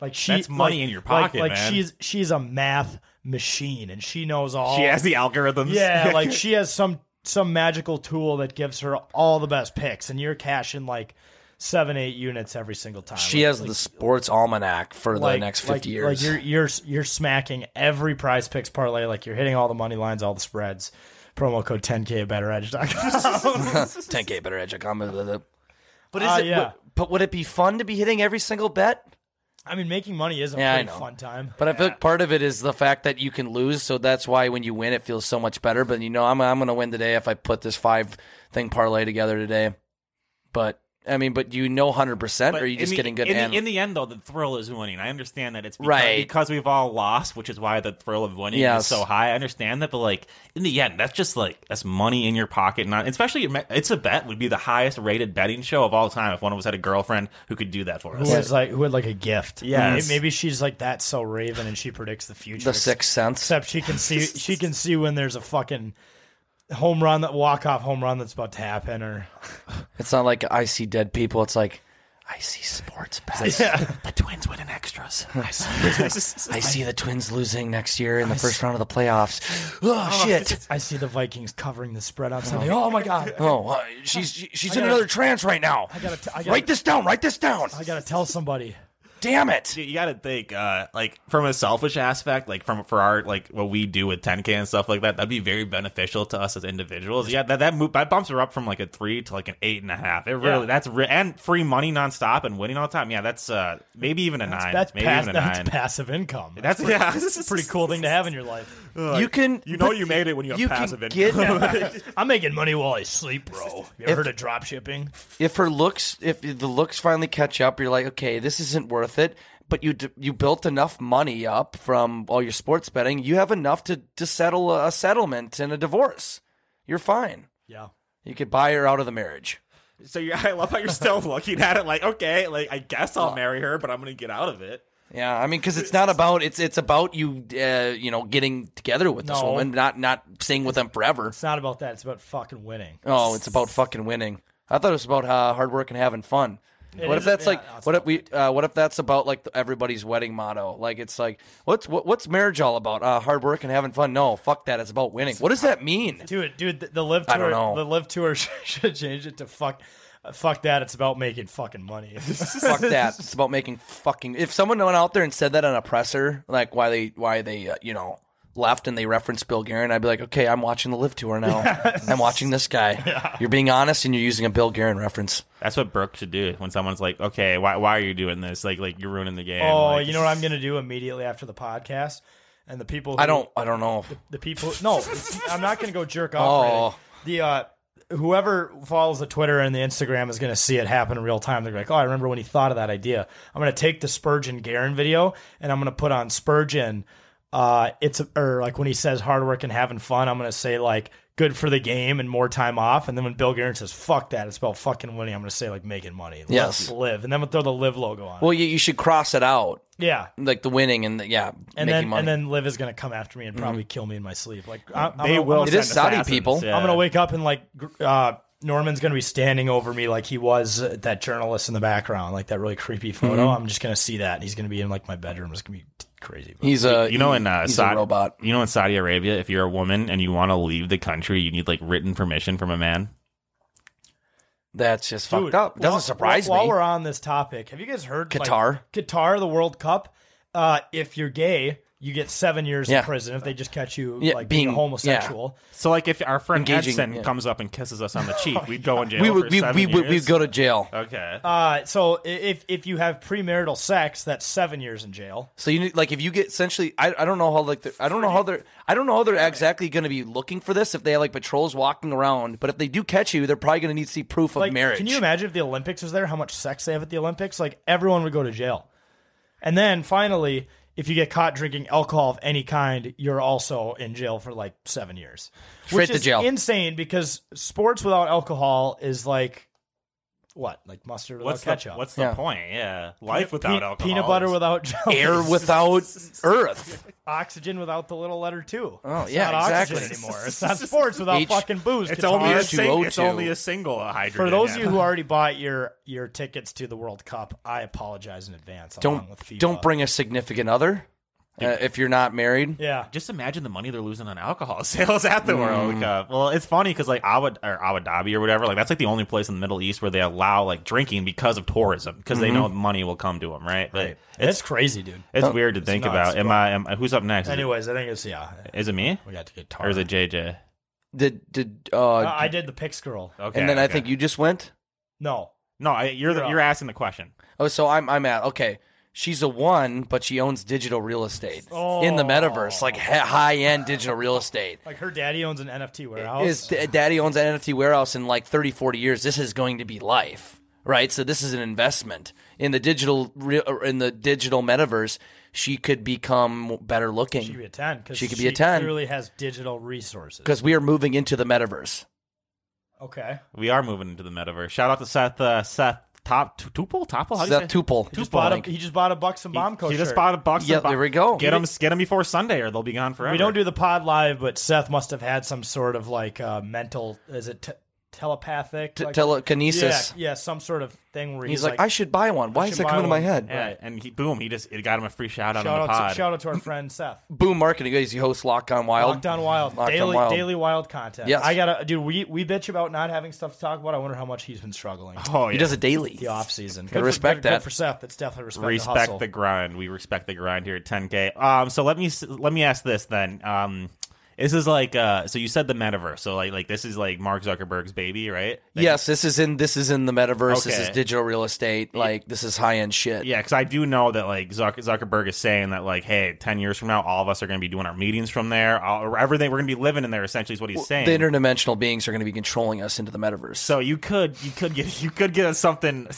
A: Like she,
B: Oh. That's money
A: like-
B: in your
A: like-
B: pocket,
A: Like,
B: man.
A: she's she's a math machine, and she knows all.
B: She has the algorithms.
A: Yeah, like she has some some magical tool that gives her all the best picks, and you're cashing like seven, eight units every single time.
J: She
A: Like-
J: has the sports almanac for the
A: like-
J: next
A: like-
J: fifty
A: Like
J: years.
A: you're you're you're smacking every prize picks parlay. Like you're hitting all the money lines, all the spreads. Promo code 10k at betteredge.com.
J: 10k better edge. But is
A: Uh,
J: it?
A: yeah.
J: But, but would it be fun to be hitting every single bet?
A: I mean, making money is a
J: Yeah, I
A: pretty
J: know.
A: fun time.
J: But I feel like part of it is the fact that you can lose, so that's why when you win, it feels so much better. But you know, I'm I'm going to win today if I put this five thing parlay together today. But I mean, but you know, hundred percent, or are you
B: in
J: just
B: the-
J: getting good?
B: In,
J: and-
B: the, in the end, though, the thrill is winning. I understand that it's because,
J: Right.
B: because we've all lost, which is why the thrill of winning
J: Yes.
B: is so high. I understand that, but like in the end, that's just like that's money in your pocket. Not especially, it's a bet would be the highest rated betting show of all time if one of us had a girlfriend who could do that for us.
A: Who was like who had like a gift?
B: Yes.
A: maybe she's like that. So Raven, and she predicts the future.
J: the sixth sense.
A: Except she can see she can see when there's a fucking home run that walk off home run that's about to happen or
J: It's not like I see dead people. It's like I see sports bets.
B: The twins winning extras.
J: I see the Twins losing next year in the first round of the playoffs. Oh shit!
A: I see the Vikings covering the spread on Sunday. Oh my god.
J: Oh, uh, she's she- she's in another trance right now.
A: I gotta, t- I,
J: Write
A: gotta,
J: this down. Write this down.
A: I gotta tell somebody.
J: Damn it!
B: you got to think, uh, like from a selfish aspect, like from for our like what we do with 10k and stuff like that, that'd be very beneficial to us as individuals. Yeah, that that move that bumps her up from like a three to like an eight and a half. It really that's re- and free money nonstop and winning all the time. Yeah, that's uh maybe even a nine,
A: That's,
B: maybe
A: pass,
B: even a
A: that's
B: nine.
A: passive income. That's
B: That's yeah, this
A: a pretty cool thing to have in your life.
J: you can
B: You know
J: but
B: you made it when you have
J: you
B: passive
J: can
B: income.
J: get-
A: I'm making money while I sleep, bro. You ever heard of drop shipping?
J: if her looks if the looks finally catch up you're like okay this isn't worth it but you d- you built enough money up from all your sports betting. You have enough to to settle a settlement and a divorce. You're fine.
A: Yeah.
J: You could buy her out of the marriage.
B: So you're, I love how you're still looking at it like, okay, like I guess I'll marry her, but I'm gonna get out of it.
J: Yeah, I mean, because it's not about it's it's about you, uh, you know, getting together with this
A: No.
J: woman, not not staying with them forever.
A: It's not about that. It's about fucking winning.
J: Oh, it's about fucking winning. I thought it was about uh, hard work and having fun.
A: It
J: what if
A: is-
J: that's
A: yeah,
J: like?
A: no, it's
J: What if we? Uh, what if that's about like the, everybody's wedding motto? Like it's like what's what, what's marriage all about? Uh, hard work and having fun. No, fuck that. It's about winning. What does that mean?
A: Dude, dude, the, the live
J: I
A: tour,
J: don't know.
A: the live tour should change it to fuck, uh, fuck that. It's about making fucking money.
J: fuck that. It's about making fucking. If someone went out there and said that on a presser, like why they why they uh, you know left and they referenced Bill Guerin, I'd be like, okay, I'm watching the live tour now. I'm watching this guy. You're being honest and you're using a Bill Guerin reference.
B: That's what Brooke should do when someone's like, okay, why why are you doing this? Like like you're ruining the game.
A: Oh,
B: Like,
A: you know what I'm gonna do immediately after the podcast, and the people. Who,
J: I don't. I don't know.
A: The people. No, I'm not gonna go jerk off.
J: Oh.
A: Randy. The uh, whoever follows the Twitter and the Instagram is gonna see it happen in real time. They're like, oh, I remember when he thought of that idea. I'm gonna take the Spurgeon Garen video and I'm gonna put on Spurgeon. Uh, it's or like when he says hard work and having fun, I'm gonna say like good for the game and more time off. And then when Bill Guerin says fuck that, it's about fucking winning. I'm gonna say like making money.
J: Yes.
A: Let's live, and then I'm gonna throw the live logo on. it.
J: Well, you, you should cross it out,
A: yeah.
J: like the winning and the, yeah,
A: and then
J: making money. Mm-hmm.
A: and then Liv is gonna come after me and probably kill me in my sleep. Like I, I'm
B: They
A: gonna- I'm
B: will
A: gonna-
J: it is
B: send
J: Saudi
B: assassins.
J: people.
B: Yeah.
A: I'm gonna wake up and like gr- uh, Norman's gonna be standing over me like he was uh, that journalist in the background, like that really creepy photo.
J: Mm-hmm.
A: I'm just gonna see that. He's gonna be in like my bedroom. It's gonna be t- crazy. But
J: he's a
B: you know in uh,
J: he's
B: Saudi,
J: a robot.
B: You know in Saudi Arabia, if you're a woman and you want to leave the country, you need like written permission from a man.
J: That's just
A: Dude,
J: fucked up. Doesn't
A: while-
J: surprise
A: while,
J: me.
A: While we're on this topic, have you guys heard like,
J: Qatar?
A: Qatar, the World Cup. Uh, if you're gay, you get seven years
J: Yeah.
A: in prison if they just catch you
J: Yeah,
A: like being,
J: being-
A: a homosexual.
B: So like if our friend
J: Engaging,
B: Edson
J: yeah.
B: comes up and kisses us on the cheek, we'd go in jail
J: we
B: for
J: would we,
B: seven
J: we, would
B: years?
J: we'd go to jail.
B: Oh, Okay.
A: Uh, so i- if if you have premarital sex, that's seven years in jail.
J: So you need like if you get essentially I, I don't know how like the, I don't know how they're I don't know how they're exactly going to be looking for this if they have like patrols walking around. But if they do catch you, they're probably going to need to see proof of
A: like
J: marriage.
A: can you imagine if the olympics was there how much sex they have at the olympics like everyone would go to jail and then finally if you get caught drinking alcohol of any kind you're also in jail for like seven years
J: Straight
A: Which
J: to
A: is
J: jail.
A: insane because sports without alcohol is like what like mustard without
B: What's the,
A: ketchup
B: what's the
J: Yeah.
B: point? Yeah, life without
A: Pe-
B: alcohol,
A: peanut butter
B: is-
A: without jelly,
J: Air without earth.
A: oxygen without the little letter two.
J: Oh,
A: It's
J: yeah,
A: not oxygen
J: exactly.
A: anymore. It's not sports without
J: H-
A: fucking booze.
B: It's
A: Qatar.
B: only a
J: Guitars,
B: single.
J: 202.
B: It's only a single hydrogen.
A: For those of
B: yeah.
A: you who already bought your your tickets to the World Cup, I apologize in advance. along with
J: Don't
A: FIFA.
J: don't bring a significant other uh, if you're not married.
A: Yeah,
B: just imagine the money they're losing on alcohol sales at the
A: Mm.
B: World Cup. Well, it's funny because like Abu or Abu Dhabi or whatever, like that's like the only place in the Middle East where they allow like drinking because of tourism because they know money will come to them, right? But
A: Mm-hmm. right. It's crazy, dude.
B: It's weird to think
A: nuts,
B: about. Am
A: but-
B: I? Am, I- who's up next? Is it-
A: Anyways, I think it's yeah.
B: is it me
A: We got to get
B: or is it JJ?
J: Did did uh,
A: I did the picks girl.
B: Okay,
J: and then I
B: okay.
J: think you just went.
A: No,
B: No, I, you're the,
A: You're up.
B: you're asking the question.
J: Oh, so I'm I'm at okay. She's a one, but she owns digital real estate in the metaverse, like ha- high end digital real estate.
A: like her daddy owns an NFT warehouse.
J: Is daddy owns an NFT warehouse in like 30, 40 years? This is going to be life, right? So this is an investment in the digital re- or in the digital metaverse. She could become
A: she
J: better
A: could be
J: looking
A: a ten. 'cause
J: She could be a 10.
A: Clearly has digital resources.
J: because we are moving into the metaverse.
A: Okay,
B: We are moving into the metaverse. Shout out to Seth. Uh, Seth Top Tuple. Topple. How do you
J: That
B: say?
J: tuple.
A: he just
B: Football
A: bought
B: link.
A: a he just bought a Bucks and
B: He-
A: Bomb coach.
B: He just
A: shirt.
B: bought a box.
J: Yeah,
B: and bo-
J: there we go.
B: Get them, get them before Sunday, or they'll be gone forever.
A: We don't do the pod live, but Seth must have had some sort of like uh, mental. Is it te- telepathic?
J: T-
A: like-
J: telekinesis.
A: Yeah, yeah, some sort of thing where
J: He's, like, I should buy one. Why is
A: should
J: that
A: buy
J: coming to my
A: one."
J: head?
B: Yeah, and he, boom, he just it got him a free shout out
A: shout
B: on the
A: out,
B: pod.
A: to, shout out to our friend Seth.
J: Boom marketing. He's the host Lock on Wild.
A: Locked on Wild,
J: Locked on
A: daily
J: Wild.
A: daily Wild content.
J: Yes.
A: I gotta, dude. We we bitch about not having stuff to talk about. I wonder how much he's been struggling
B: oh, yeah.
J: He does it daily.
A: the off season.
J: Gotta respect
A: for,
J: that.
A: Good for Seth, that's definitely respect. the,
B: respect
A: hustle.
B: the grind. We respect the grind here at 10K. Um, so let me s- let me ask this then. Um, This is like uh, so you said the metaverse. So like like this is like Mark Zuckerberg's baby, right?
J: yes, this is in this is in the metaverse. This is
B: Okay.
J: digital real estate. Like this is high end shit.
B: Yeah, because I do know that like Zuck- Zuckerberg is saying that like, hey, ten years from now, all of us are going to be doing our meetings from there. All, or everything we're going to be living in there essentially is what he's saying.
J: The interdimensional beings are going to be controlling us into the metaverse.
B: so you could you could get you could get on something.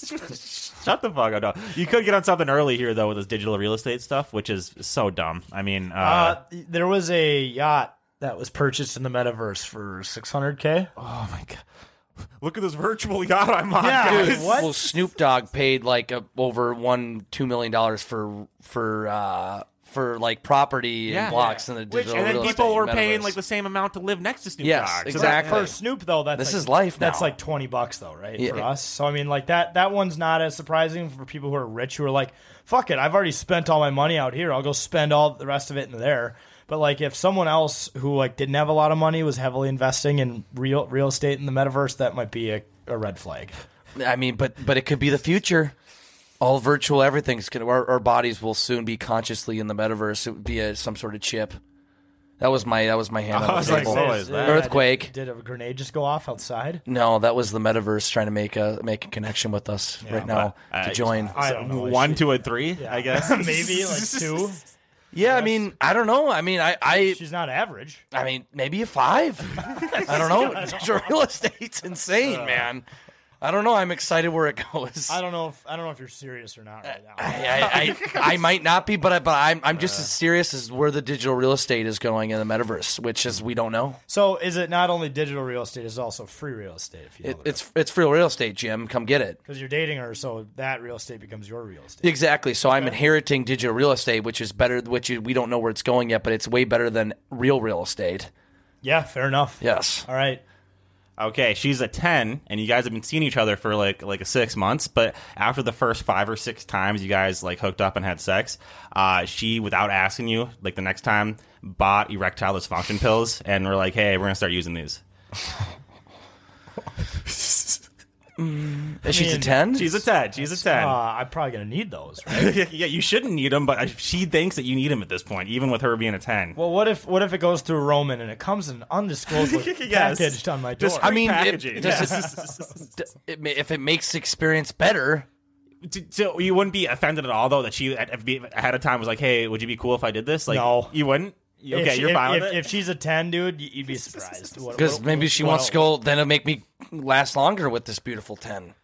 B: Shut the fuck up! No. You could get on something early here though with this digital real estate stuff, which is so dumb. I mean, uh,
A: Uh, there was a yacht that was purchased in the metaverse for 600k.
B: Oh my god. look at this virtual yacht I'm on.
A: Yeah,
B: guys.
A: what?
J: Well, Snoop Dogg paid like a, over one two million dollars for for uh, for like property
B: Yeah.
J: and blocks in the
B: Which,
J: digital
B: and then
J: real
B: people
J: estate
B: were paying
J: metaverse.
B: like the same amount to live next to Snoop
J: Yes,
B: Dogg. So that-
J: exactly.
A: For Snoop though, that's
J: This
A: like-
J: is life
A: That's
J: now.
A: like twenty bucks though, right?
J: Yeah.
A: For us, so I mean, like that that one's not as surprising for people who are rich who are like, "Fuck it, I've already spent all my money out here. I'll go spend all the rest of it in there." But like, if someone else who like didn't have a lot of money was heavily investing in real real estate in the metaverse, that might be a, a red flag.
J: I mean, but but it could be the future. All virtual everything's gonna. Our, our bodies will soon be consciously in the metaverse via some sort of chip. That was my that was my hand. on
B: I
J: the
B: was like,
J: table.
B: what was that?
J: Earthquake.
A: Did, did a grenade just go off outside?
J: No, that was the metaverse trying to make a make a connection with us right now
B: Uh,
J: to join.
A: I don't know.
B: one, two, and three, I guess.
A: Maybe like two.
J: yeah, I mean, I don't know. I mean, I I,
A: She's not average.
J: I mean, maybe a five. I don't know. Digital real estate's insane, man. I don't know. I'm excited where it goes.
A: Uh. I don't know if I don't know if you're serious or not right now.
J: I, I, I might not be, but I, but I'm I'm
A: Uh.
J: just as serious as where the digital real estate is going in the metaverse, which is we don't know.
A: So is it not only digital real estate, it's also free real estate if you
J: It, it's it's free real estate, Jim. Come get it.
A: because you're dating her, so that real estate becomes your real estate.
J: Exactly. So I'm inheriting digital real estate, which is better. Which is, we don't know where it's going yet, but it's way better than real real estate.
A: Yeah, fair enough.
J: Yes.
A: All right.
B: Okay, she's a ten, and you guys have been seeing each other for like like six months. But after the first five or six times you guys like hooked up and had sex, uh, she, without asking you, like the next time, bought erectile dysfunction pills, and we're like, hey, we're gonna start using these.
J: She's
A: mean,
J: a ten.
B: She's a ten. She's a ten.
A: Uh, I'm probably gonna need those. Right?
B: yeah, you shouldn't need them, but she thinks that you need them at this point, even with her being a ten.
A: well, what if what if it goes through Roman and it comes in undisclosed like,
B: Yes.
A: packaged on my door?
B: Just
J: I mean, it-
B: packaging.
J: does D- it ma- if it makes the experience better,
B: D- So you wouldn't be offended at all, though, that she at- ahead of time was like, "Hey, would you be cool if I did this?" Like,
A: No.
B: you wouldn't. You-
A: If
B: Okay,
A: she-
B: you're
A: if,
B: fine
A: if,
B: with it.
A: If she's a ten, dude, y- you'd be surprised. What-
J: because
A: what-
J: maybe she
A: what
J: wants to
A: else?
J: go, then it'll make me last longer with this beautiful ten.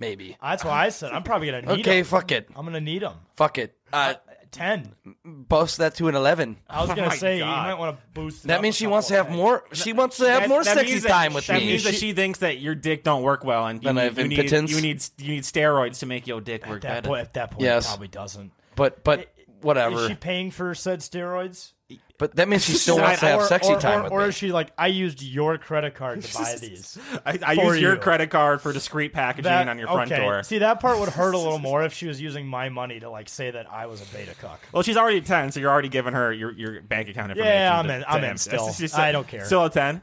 J: Maybe.
A: That's why I said I'm probably gonna need
J: Okay.
A: them.
J: Fuck it.
A: I'm gonna need them.
J: Fuck it. Uh,
A: Ten.
J: boost that to an eleven.
A: I was gonna
B: Oh my
A: say
B: God.
A: you might want to boost. it
J: That
A: up
J: means
A: a
J: she wants to
A: couple,
J: have
A: okay?
J: more. She wants to have
B: That-
J: more
B: that
J: sexy
B: means that-
J: time with
B: that
J: me.
B: means that she thinks that your dick don't work well, and you,
J: Then I
B: need,
J: have
B: you, need,
J: impotence.
B: you need you need steroids to make your dick work
A: At that,
B: better.
A: point, at that point,
J: Yes.
A: it probably doesn't.
J: But but
A: Is
J: whatever.
A: she paying for said steroids?
J: but that means she still
B: Or-
J: wants to have
A: or,
J: sexy
A: or,
J: time
A: or,
J: with
A: or
J: me.
A: is she like, I used your credit card to buy these?
B: I, I
A: for
B: use your
A: you.
B: credit card for discreet packaging
A: That-
B: on your front
A: okay.
B: door.
A: See, that part would hurt a little more if she was using my money to like say that I was a beta cuck.
B: well, she's already a ten, so you're already giving her your, your bank account information.
A: Yeah, I'm
B: to-
A: in-
B: to
A: I'm
B: him.
A: in still.
B: She's
A: I don't care.
B: Still a ten.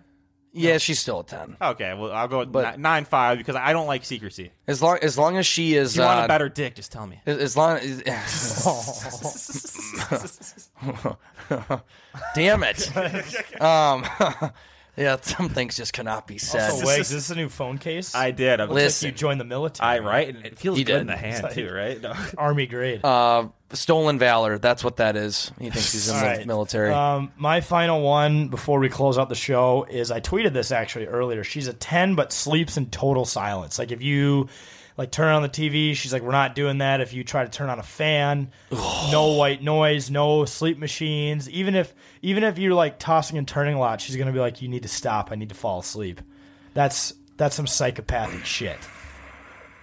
J: yeah, she's still a ten.
B: Okay, well I'll go with
J: But-
B: ni- nine five because I don't like secrecy.
J: As long as long as she is.
B: If you want
J: uh,
B: a better dick, just tell me.
J: as- As long as, damn it, um, yeah, some things just cannot be said.
A: So, Wags, is this a new phone case?
B: I did. I'm
A: Looks like you joined the military,
B: I right, and it feels
J: He
B: good in
J: did.
B: the hand too, right? No.
A: Army grade.
J: uh, stolen valor. That's what that is. He thinks he's in
A: All
J: the
A: right.
J: military.
A: Um, my final one before we close out the show is I tweeted this actually earlier. She's a 10, but sleeps in total silence. Like if you like turn on the TV, she's like, we're not doing that. If you try to turn on a fan, no white noise, no sleep machines. Even if even if you're like tossing and turning a lot, she's gonna be like, you need to stop. I need to fall asleep. That's that's some psychopathic shit.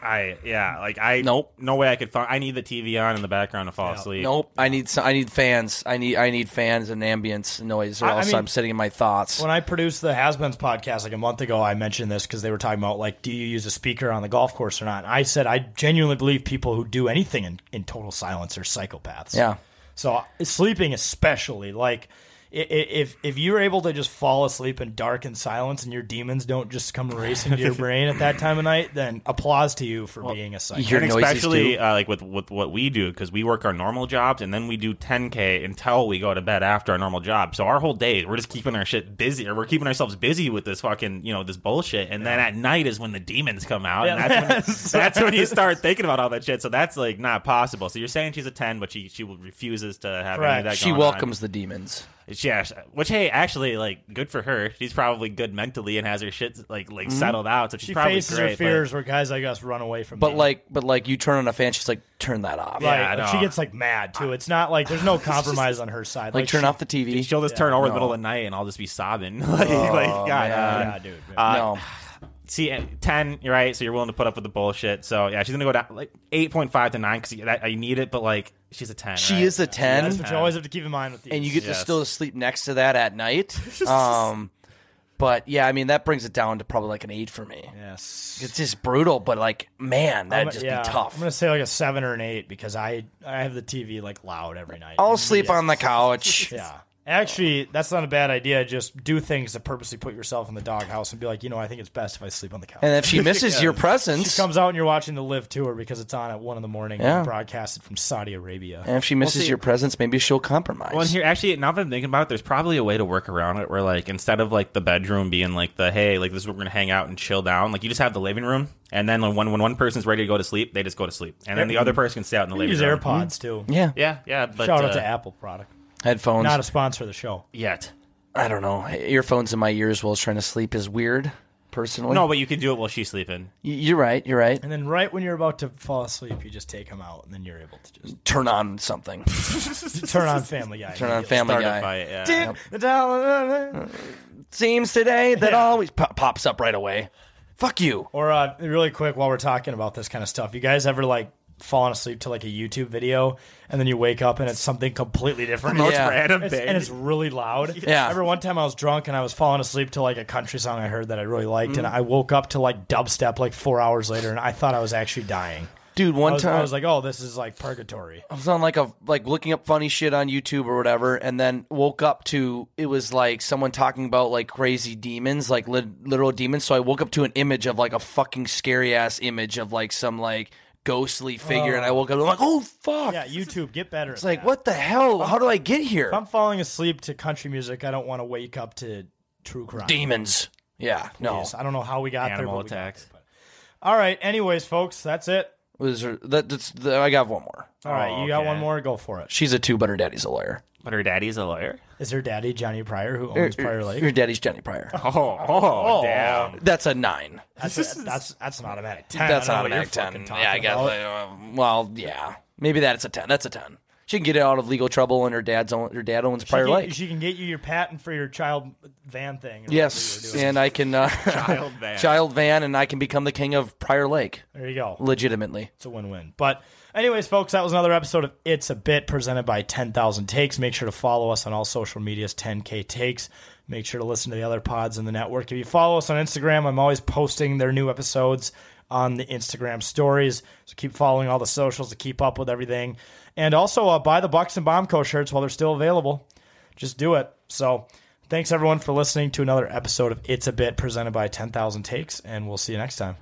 B: I yeah, like I
J: Nope.
B: no way I could find. I need the TV on in the background to fall asleep.
J: nope. I need some, I need fans. I need I need fans and ambience noise, or
A: I- I
J: else I
A: mean-
J: am sitting in my thoughts.
A: When I produced the Hasbens podcast like a month ago, I mentioned this because they were talking about like, do you use a speaker on the golf course or not? And I said I genuinely believe people who do anything in, in total silence are psychopaths.
J: yeah.
A: So uh, sleeping, especially like i- i- if if you're able to just fall asleep in dark and silence, and your demons don't just come racing to your brain at that time of night, then applause to you for being a psychic.
B: and especially uh, like with, with what we do because we work our normal jobs and then we do 10k until we go to bed after our normal job so our whole day we're just keeping our shit busy or we're keeping ourselves busy with this fucking you know this bullshit and then at night is when the demons come out
A: Yeah.
B: and that's when, that's when you start thinking about all that shit so that's like not possible so you're saying she's a 10 but she she refuses to have any of that
J: She
B: going
J: welcomes
B: on.
J: the demons.
B: Yeah, which hey, actually, like good for her. She's probably good mentally and has her shit like like
J: Mhm.
B: settled out. So she's
A: she
B: probably
A: faces
B: great.
A: her
B: but-
A: fears where guys like us run away from.
J: But
A: them.
J: like, but like, you turn on a fan, she's like, turn that off.
A: Right. like, she gets like mad too. It's not like there's no compromise on her side.
J: like, turn off the TV.
B: She'll just turn over in the
J: No.
B: middle of the night, and I'll just be sobbing. like, like,
J: Oh,
B: God,
J: man.
B: uh,
J: Yeah, dude.
B: uh,
J: No.
B: See, uh, ten. You're right. So you're willing to put up with the bullshit. So yeah, she's gonna go down like eight point five to nine because I need it. But like, she's a ten.
J: She
B: right?
J: is a ten.
A: That's what you always have to keep in mind with these.
J: and you get
B: Yes.
J: to still sleep next to that at night. Um, but yeah, I mean that brings it down to probably like an eight for me.
A: Yes,
J: it's just brutal. But like, man,
A: I'm-
J: that'd just
A: yeah,
J: be tough.
A: I'm gonna say like a seven or an eight because I I have the TV like loud every night.
J: I'll sleep
A: Yeah.
J: on the couch.
A: Yeah. Actually, that's not a bad idea. Just do things to purposely put yourself in the doghouse and be like, you know, I think it's best if I sleep on the couch.
J: And if she misses your presence-
A: she comes out and you're watching the live tour because it's on at one in the morning.
J: Yeah.
A: and broadcasted from Saudi Arabia.
J: And if she misses
B: see.
J: your presence, maybe she'll compromise.
B: Well, and here actually, now that I'm thinking about it, there's probably a way to work around it where, like, instead of like the bedroom being like the hey, like this is where we're gonna hang out and chill down, like you just have the living room, and then when when one person's ready to go to sleep, they just go to sleep, and then the other person can stay out in the living
A: use
B: room.
A: AirPods too.
J: Mm-hmm. Yeah.
B: yeah, yeah. But
A: Shout out
B: uh,
A: to Apple product.
J: Headphones.
A: Not a sponsor of the show.
B: yet.
J: I don't know. Earphones in my ears while I was trying to sleep is weird. Personally,
B: No, but you can do it while she's sleeping.
J: Y- you're right. You're right.
A: And then right when you're about to fall asleep, you just take them out, and then you're able to just
J: Turn on something.
A: turn on Family Guy.
J: Turn on Family
B: Started
J: Guy.
B: by uh, it, yeah.
J: Dip
A: the dollar.
J: seems today that always po- pops up right away. Fuck you.
A: Or uh, really quick, while we're talking about this kind of stuff, you guys ever like falling asleep to like a YouTube video and then you wake up and it's something completely different?
J: The most Yeah.
B: random
A: It's-
B: thing.
A: and it's really loud.
J: Yeah.
A: I remember one time I was drunk and I was falling asleep to like a country song I heard that I really liked,
J: Mm.
A: and I woke up to like dubstep like four hours later, and I thought I was actually dying.
J: Dude, one
A: I was,
J: time
A: I was like, oh, this is like purgatory.
J: I was on like a like looking up funny shit on YouTube or whatever, and then woke up to it was like someone talking about like crazy demons, like lit literal demons. So I woke up to an image of like a fucking scary ass image of like some like ghostly figure, and I woke up and I'm like, oh fuck!
A: Yeah, YouTube, get better.
J: it's like what the hell? How do I get here?
A: If I'm falling asleep to country music, I don't want to wake up to true crime.
J: Demons. Yeah, no.
A: Please. I don't know how we got there.
B: Animal
A: but we got
B: attacks.
A: there, but- All right. Anyways, folks, that's it.
J: Was there, that, that's, the, I got one more.
A: All right, you got
B: Okay.
A: one more. Go for it.
J: She's a two, but her daddy's a lawyer.
B: But her daddy's a lawyer.
A: Is her daddy Johnny Pryor who owns Pryor Lake?
J: Her daddy's Jenny Pryor.
B: Oh, oh, damn.
J: That's a nine.
A: That's a, that's that's an automatic ten.
J: That's
A: I
J: not
A: don't
J: an
A: know what
J: act
A: you're
J: ten.
A: fucking talking
J: Yeah, I guess.
A: about.
J: uh, well, yeah, maybe that's a ten. That's a ten. She can get out of legal trouble, and her dad's own, her dad owns
A: She
J: Prior
A: can,
J: Lake.
A: she can get you your patent for your child van thing. or whatever
J: yes,
A: you were doing.
J: and I can uh,
B: Child van.
J: child van, and I can become the king of Prior Lake
A: there you go.
J: legitimately.
A: It's a win-win. But anyways, folks, that was another episode of It's a Bit presented by 10,000 Takes. Make sure to follow us on all social medias, 10K Takes. Make sure to listen to the other pods in the network. If you follow us on Instagram, I'm always posting their new episodes on the Instagram stories. So keep following all the socials to keep up with everything. And also uh, buy the Bucks and Bombco shirts while they're still available. Just do it. So thanks everyone for listening to another episode of It's a Bit presented by 10,000 Takes, and we'll see you next time.